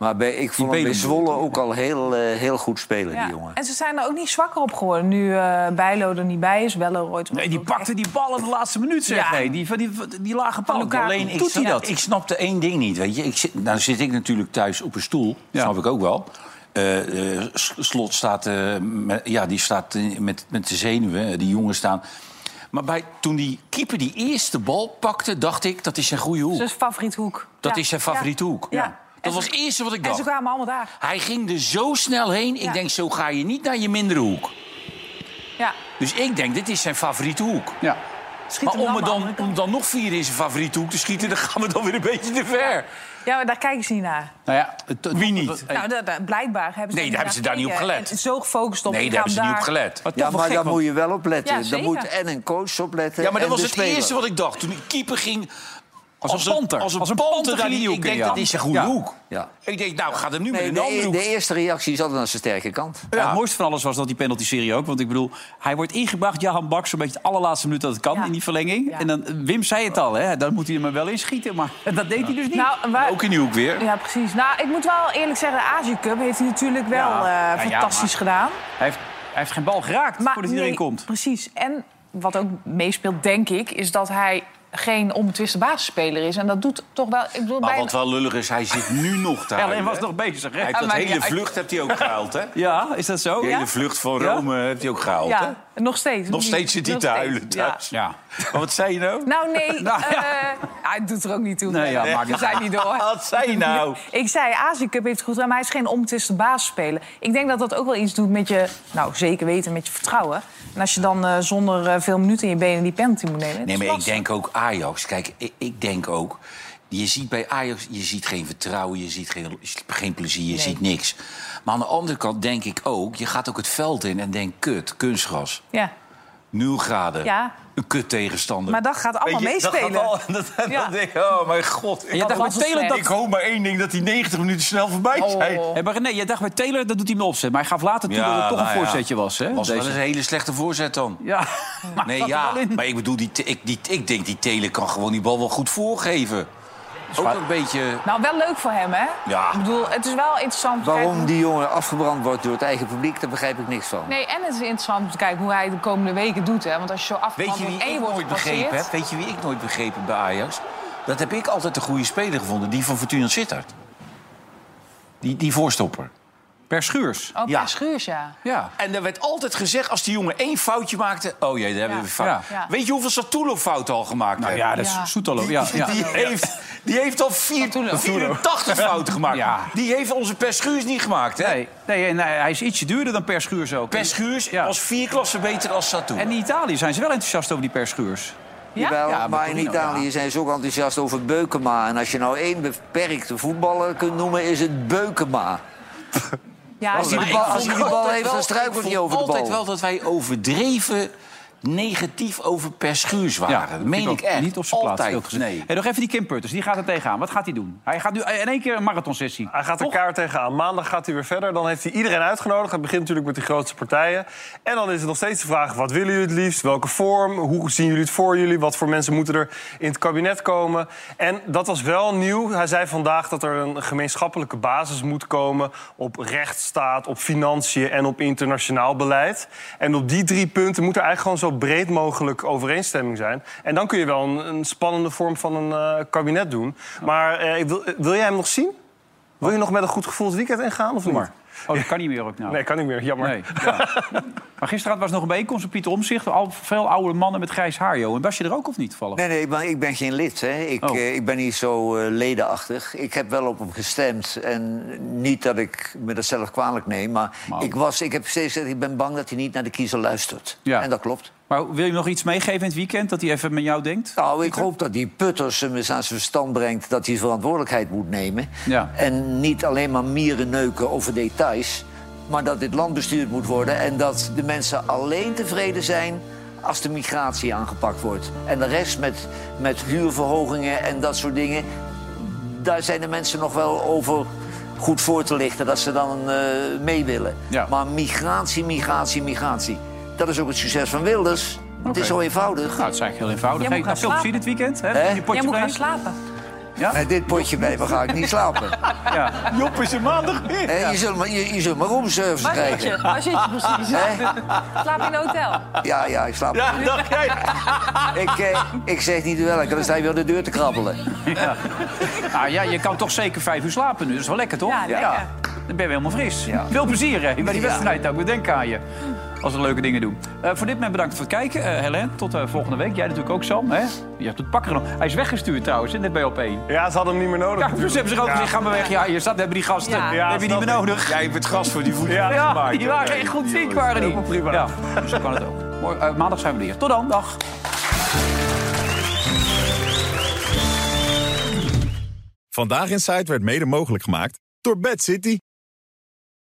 [SPEAKER 6] Maar bij, ik vond hem bij Zwolle ook al heel, eh, heel goed spelen,
[SPEAKER 4] Ja.
[SPEAKER 6] die jongen.
[SPEAKER 4] En ze zijn er ook niet zwakker op geworden. Nu eh Bijlo er niet bij is, Welleroyd...
[SPEAKER 2] Nee, die pakte die bal in de laatste minuut, zeg.
[SPEAKER 4] Ja.
[SPEAKER 2] Nee, die, van die, van die lage bal.
[SPEAKER 8] Alleen, ik,
[SPEAKER 2] doet hij
[SPEAKER 8] snap-
[SPEAKER 2] dat.
[SPEAKER 8] ik snapte één ding niet. Weet je. Ik zit, nou zit ik natuurlijk thuis op een stoel. Snap ik ook wel. Eh, eh, S- slot staat, eh, met, ja, die staat eh, met, met de zenuwen. eh, Die jongens staan... Maar bij, toen die keeper die eerste bal pakte, dacht ik... dat is zijn goede hoek.
[SPEAKER 4] Dat is Dus favoriet hoek.
[SPEAKER 8] Dat
[SPEAKER 4] Ja.
[SPEAKER 8] is zijn favoriete
[SPEAKER 4] Ja.
[SPEAKER 8] hoek.
[SPEAKER 4] Ja.
[SPEAKER 8] Dat was het eerste wat ik
[SPEAKER 4] En
[SPEAKER 8] dacht.
[SPEAKER 4] ze kwamen allemaal daar.
[SPEAKER 8] Hij ging er zo snel heen. Ik
[SPEAKER 4] Ja.
[SPEAKER 8] denk, zo ga je niet naar je mindere hoek.
[SPEAKER 4] Ja.
[SPEAKER 8] Dus ik denk, dit is zijn favoriete hoek.
[SPEAKER 2] Ja.
[SPEAKER 8] maar
[SPEAKER 4] hem
[SPEAKER 8] om,
[SPEAKER 4] dan
[SPEAKER 8] er
[SPEAKER 4] maar
[SPEAKER 8] dan, om dan nog vier in zijn favoriete hoek te schieten, dan gaan we dan weer een beetje te ver.
[SPEAKER 4] Ja, maar daar kijken ze niet naar.
[SPEAKER 8] Nou ja, Wie niet?
[SPEAKER 4] Nou, daar- daar- blijkbaar hebben ze
[SPEAKER 8] Nee,
[SPEAKER 4] er
[SPEAKER 8] daar hebben ze daar niet op
[SPEAKER 4] gekeken.
[SPEAKER 8] gelet.
[SPEAKER 4] En zo gefocust op.
[SPEAKER 8] Nee,
[SPEAKER 4] ik
[SPEAKER 8] daar
[SPEAKER 4] ga
[SPEAKER 8] hebben ze niet op
[SPEAKER 4] hem
[SPEAKER 8] gelet.
[SPEAKER 4] daar-
[SPEAKER 6] Ja, maar daar moet je wel op
[SPEAKER 4] Ja,
[SPEAKER 6] letten. daar
[SPEAKER 4] zeker.
[SPEAKER 6] moet en een coach op letten.
[SPEAKER 8] Ja, maar dat
[SPEAKER 6] en
[SPEAKER 8] was
[SPEAKER 6] de
[SPEAKER 8] het
[SPEAKER 6] speler.
[SPEAKER 8] eerste wat ik dacht. Toen die keeper ging... Als,
[SPEAKER 6] een panter.
[SPEAKER 8] Als een,
[SPEAKER 6] Als een
[SPEAKER 8] panter,
[SPEAKER 6] panter
[SPEAKER 8] daar
[SPEAKER 6] ging die
[SPEAKER 8] die Ik
[SPEAKER 6] hoek in,
[SPEAKER 8] denk,
[SPEAKER 6] ja.
[SPEAKER 8] dat is zijn goede
[SPEAKER 6] Ja.
[SPEAKER 8] hoek.
[SPEAKER 6] Ja.
[SPEAKER 8] Ik denk, nou, gaat hem nu
[SPEAKER 6] Nee,
[SPEAKER 8] met een andere
[SPEAKER 6] de,
[SPEAKER 8] hoek.
[SPEAKER 6] de eerste reactie is altijd aan zijn sterke kant.
[SPEAKER 2] Ja, Het mooiste van alles was dat die penalty-serie ook. Want ik bedoel, hij wordt ingebracht, Jahan Bak, zo'n beetje de allerlaatste minuut dat het kan in die verlenging. En dan, eh, Wim zei het al, hè, dan moet hij er maar wel in schieten. Maar dat deed hij dus niet.
[SPEAKER 4] Nou, wij-
[SPEAKER 8] in die hoek weer.
[SPEAKER 4] Ja, precies. Nou, ik moet wel eerlijk zeggen, de Azië Cup heeft hij natuurlijk wel
[SPEAKER 2] Ja.
[SPEAKER 4] eh,
[SPEAKER 2] Ja, ja,
[SPEAKER 4] fantastisch
[SPEAKER 2] maar-
[SPEAKER 4] gedaan.
[SPEAKER 2] Hij heeft, hij heeft geen bal geraakt voordat iedereen
[SPEAKER 4] nee,
[SPEAKER 2] komt.
[SPEAKER 4] Precies. En wat ook meespeelt, denk ik, is dat hij geen onbetwiste basisspeler is. En dat doet toch wel... Ik bedoel,
[SPEAKER 8] Maar
[SPEAKER 4] bij
[SPEAKER 8] wat wel lullig is, hij zit nu nog te huilen,
[SPEAKER 2] Ellen was
[SPEAKER 8] hè?
[SPEAKER 2] nog Ah, bezig.
[SPEAKER 8] Hij heeft dat hele vlucht heeft hij ook gehaald, hè?
[SPEAKER 2] Ja, is dat zo?
[SPEAKER 8] Die
[SPEAKER 2] Ja?
[SPEAKER 8] hele vlucht van
[SPEAKER 2] Ja?
[SPEAKER 8] Rome heeft hij ook gehaald, hè?
[SPEAKER 4] Ja, nog steeds.
[SPEAKER 8] Nog steeds zit hij
[SPEAKER 4] Nog
[SPEAKER 8] te
[SPEAKER 4] steeds,
[SPEAKER 8] huilen
[SPEAKER 4] ja.
[SPEAKER 8] thuis. Ja. Maar wat zei je nou?
[SPEAKER 4] Nou, nee.
[SPEAKER 8] Nou,
[SPEAKER 4] eh, ah, het doet er ook niet toe.
[SPEAKER 8] Nee, ja, maakt
[SPEAKER 4] We
[SPEAKER 8] niet
[SPEAKER 4] zijn
[SPEAKER 8] uit.
[SPEAKER 4] niet door.
[SPEAKER 8] Wat zei je nou?
[SPEAKER 4] Ik zei, Azië Cup heeft het goed gedaan, maar hij is geen onbetwiste basisspeler. Ik denk dat dat ook wel iets doet met je, nou zeker weten, met je vertrouwen. En als je dan eh, zonder eh, veel minuten in je benen die penalty moet nemen. het
[SPEAKER 8] Nee,
[SPEAKER 4] is
[SPEAKER 8] maar ik
[SPEAKER 4] lastig.
[SPEAKER 8] denk ook Ajax. Kijk, ik, ik denk ook... Je ziet bij Ajax, je ziet geen vertrouwen, je ziet geen, geen plezier, je
[SPEAKER 4] Nee.
[SPEAKER 8] ziet niks. Maar aan de andere kant denk ik ook, je gaat ook het veld in en denkt, kut, kunstgras,
[SPEAKER 4] Ja,
[SPEAKER 8] 0 graden,
[SPEAKER 4] Ja.
[SPEAKER 8] een kut tegenstander.
[SPEAKER 4] maar dat gaat allemaal
[SPEAKER 8] Weet je, dat
[SPEAKER 4] meespelen.
[SPEAKER 8] gaat al- dat- dat
[SPEAKER 4] Ja.
[SPEAKER 8] denk ik, oh mijn god.
[SPEAKER 2] En je dacht bij Taylor dat...
[SPEAKER 8] Ik hoop maar één ding, dat die 90 minuten snel voorbij
[SPEAKER 4] Oh.
[SPEAKER 8] zijn.
[SPEAKER 2] Hey, maar nee, jij dacht bij Taylor, dat doet hij me opzet. Maar hij gaf later toe dat het toch
[SPEAKER 8] nou
[SPEAKER 2] een
[SPEAKER 8] ja.
[SPEAKER 2] voorzetje was. Hè,
[SPEAKER 8] Was
[SPEAKER 2] deze.
[SPEAKER 8] wel een hele slechte voorzet dan.
[SPEAKER 2] Ja, maar
[SPEAKER 8] nee,
[SPEAKER 2] zat er
[SPEAKER 8] ja.
[SPEAKER 2] wel in.
[SPEAKER 8] Maar ik bedoel, die, te- ik, die, ik denk die Telen kan gewoon die bal wel goed voorgeven. Ook een beetje...
[SPEAKER 4] Nou, wel leuk voor hem, hè?
[SPEAKER 8] Ja.
[SPEAKER 4] Ik bedoel, het is wel interessant. om te
[SPEAKER 6] Waarom
[SPEAKER 4] kijken-
[SPEAKER 6] die jongen afgebrand wordt door het eigen publiek, daar begrijp ik niks van.
[SPEAKER 4] Nee, en het is interessant om te kijken hoe hij de komende weken doet, hè? Want als je zo
[SPEAKER 8] Weet
[SPEAKER 4] afgebrand
[SPEAKER 8] je wie
[SPEAKER 4] wordt en je
[SPEAKER 8] ik
[SPEAKER 4] wordt
[SPEAKER 8] nooit begrepen
[SPEAKER 4] gepasseerd-
[SPEAKER 8] heb? Weet je wie ik nooit begrepen heb bij Ajax? Dat heb ik altijd een goede speler gevonden. Die van Fortuna Sittard. Die, die voorstopper.
[SPEAKER 2] Per Schuurs.
[SPEAKER 4] Oh,
[SPEAKER 8] Ja.
[SPEAKER 4] ja. Schuurs, ja.
[SPEAKER 2] Ja.
[SPEAKER 8] En er werd altijd gezegd, als die jongen één foutje maakte... Oh jee, daar hebben we
[SPEAKER 4] Ja.
[SPEAKER 8] weer fout.
[SPEAKER 4] Ja. Ja.
[SPEAKER 8] Weet je hoeveel Satulo fouten al gemaakt hebben?
[SPEAKER 2] Ja, dat is
[SPEAKER 4] Ja.
[SPEAKER 2] Soetalo. Ja, ja.
[SPEAKER 8] Die, heeft, die heeft al vier, 84 fouten gemaakt.
[SPEAKER 2] Ja.
[SPEAKER 8] Die heeft onze Per Schuurs niet gemaakt, hè?
[SPEAKER 2] Nee, nee, en eh, hij hij is ietsje duurder dan Per Schuurs ook.
[SPEAKER 8] Per Schuurs
[SPEAKER 2] Ja.
[SPEAKER 8] was vier klassen beter als Satoe.
[SPEAKER 2] En in Italië zijn ze wel enthousiast over die Per Schuurs.
[SPEAKER 6] Jawel,
[SPEAKER 2] Ja,
[SPEAKER 6] maar in
[SPEAKER 2] Bertolino,
[SPEAKER 6] Italië
[SPEAKER 2] ja.
[SPEAKER 6] zijn ze ook enthousiast over Beukema. En als je nou één beperkte voetballer kunt noemen, is het Beukema.
[SPEAKER 4] Ja,
[SPEAKER 6] Als hij
[SPEAKER 4] maar
[SPEAKER 6] de bal-
[SPEAKER 4] ik
[SPEAKER 6] als hij
[SPEAKER 4] vond-
[SPEAKER 6] de bal
[SPEAKER 8] altijd
[SPEAKER 6] heeft,
[SPEAKER 8] wel-
[SPEAKER 6] dan struikelt
[SPEAKER 8] ik
[SPEAKER 6] hij
[SPEAKER 8] vond
[SPEAKER 6] over de bal.
[SPEAKER 8] altijd wel dat wij overdreven negatief over Per Schuurs waren.
[SPEAKER 2] Ja,
[SPEAKER 8] dat meen
[SPEAKER 2] vind
[SPEAKER 8] ik
[SPEAKER 2] ook
[SPEAKER 8] echt.
[SPEAKER 2] Niet op zijn plaats. heel
[SPEAKER 8] altijd.
[SPEAKER 2] gezegd.
[SPEAKER 8] Nee.
[SPEAKER 2] Hey, nog even die Kim Putters, die gaat er tegenaan. Wat gaat hij doen? Hij gaat nu in één keer een marathonsessie.
[SPEAKER 17] Hij gaat elkaar tegenaan. Maandag gaat hij weer verder. Dan heeft hij iedereen uitgenodigd. Hij begint natuurlijk met die grootste partijen. En dan is het nog steeds de vraag: wat willen jullie het liefst? Welke vorm? Hoe zien jullie het voor jullie? Wat voor mensen moeten er in het kabinet komen? En dat was wel nieuw. Hij zei vandaag dat er een gemeenschappelijke basis moet komen op rechtsstaat, op financiën en op internationaal beleid. En op die drie punten moet er eigenlijk gewoon zo breed mogelijk overeenstemming zijn. En dan kun je wel een, een spannende vorm van een eh, kabinet doen. Maar eh, ik wil, wil jij hem nog zien? Wil je nog met een goed gevoel het weekend ingaan of niet?
[SPEAKER 2] maar. Oh, dat kan niet meer ook nou.
[SPEAKER 17] Nee, kan niet meer. Jammer.
[SPEAKER 2] Nee, ja. maar gisteravond was nog een bijeenkomst op Pieter Omzicht. Al veel oude mannen met grijs haar, joh. En was je er ook of niet toevallig?
[SPEAKER 6] Nee, nee, maar ik ben geen lid. Hè. Ik,
[SPEAKER 2] Oh.
[SPEAKER 6] eh, ik ben niet zo eh, ledenachtig. Ik heb wel op hem gestemd. En niet dat ik me dat zelf kwalijk neem. Maar ik, was, ik heb steeds gezegd, ik ben bang dat hij niet naar de kiezer luistert.
[SPEAKER 2] Ja.
[SPEAKER 6] En dat klopt.
[SPEAKER 2] Maar wil je nog iets meegeven in het weekend? Dat hij even met jou denkt?
[SPEAKER 6] Nou, ik hoop dat die Putters hem eens aan zijn verstand brengt... dat hij verantwoordelijkheid moet nemen.
[SPEAKER 2] Ja.
[SPEAKER 6] En niet alleen maar mieren neuken over details... maar dat dit land bestuurd moet worden... en dat de mensen alleen tevreden zijn als de migratie aangepakt wordt. En de rest met, met huurverhogingen en dat soort dingen... daar zijn de mensen nog wel over goed voor te lichten dat ze dan eh, mee willen.
[SPEAKER 2] Ja.
[SPEAKER 6] Maar migratie, migratie, migratie. Dat is ook het succes van Wilders. Het is zo eenvoudig.
[SPEAKER 2] Nou, het is eigenlijk heel eenvoudig.
[SPEAKER 6] Jij moet
[SPEAKER 2] Hey,
[SPEAKER 6] gaan
[SPEAKER 2] nou, veel plezier dit weekend. Hè?
[SPEAKER 6] Hè?
[SPEAKER 2] Die potje
[SPEAKER 4] Jij moet
[SPEAKER 2] bij.
[SPEAKER 4] gaan slapen.
[SPEAKER 2] Ja?
[SPEAKER 6] dit potje bij me ga ik niet slapen.
[SPEAKER 2] Ja. Job is er maandag weer.
[SPEAKER 6] Hè, je, zult maar, je, je zult maar roomservice
[SPEAKER 4] Waar zit
[SPEAKER 6] krijgen.
[SPEAKER 4] je? Waar zit je precies?
[SPEAKER 6] Hè?
[SPEAKER 4] Slaap in een hotel.
[SPEAKER 6] Ja, ja, ik slaap.
[SPEAKER 4] Ja,
[SPEAKER 2] dacht jij.
[SPEAKER 6] Ik, eh, ik zeg niet welke, dan sta je weer aan de deur te krabbelen.
[SPEAKER 2] Ja. Nou ja, je kan toch zeker vijf uur slapen nu. Dat is wel lekker, toch?
[SPEAKER 6] Ja, lekker.
[SPEAKER 2] Dan ben je helemaal fris. Veel plezier hè, bij die
[SPEAKER 6] Ja.
[SPEAKER 2] wedstrijd ook. We denken aan je. Als we leuke dingen doen. Eh, voor dit moment bedankt voor het kijken. Eh Helen, tot eh, volgende week. Jij natuurlijk ook, Sam. Hè? Je hebt het pakken genomen. Hij is weggestuurd trouwens, hè, net bij OP1.
[SPEAKER 17] Ja, ze hadden hem niet meer nodig.
[SPEAKER 2] Ja, dus hebben ze ook gezegd, gaan we weg. Ja, hier staat, hebben die gasten.
[SPEAKER 17] Ja.
[SPEAKER 2] Ja, hebben die
[SPEAKER 17] snap
[SPEAKER 2] niet meer
[SPEAKER 17] ik.
[SPEAKER 2] nodig.
[SPEAKER 17] Jij hebt het gras voor die voeten
[SPEAKER 2] Ja,
[SPEAKER 17] gemaakt,
[SPEAKER 2] die
[SPEAKER 17] hoor.
[SPEAKER 2] waren echt goed ziek, waren die. Prima. Ja, dus zo kan het ook. Mooi, eh, maandag zijn we er hier. Tot dan, dag.
[SPEAKER 18] Vandaag Inside werd mede mogelijk gemaakt door Bad City.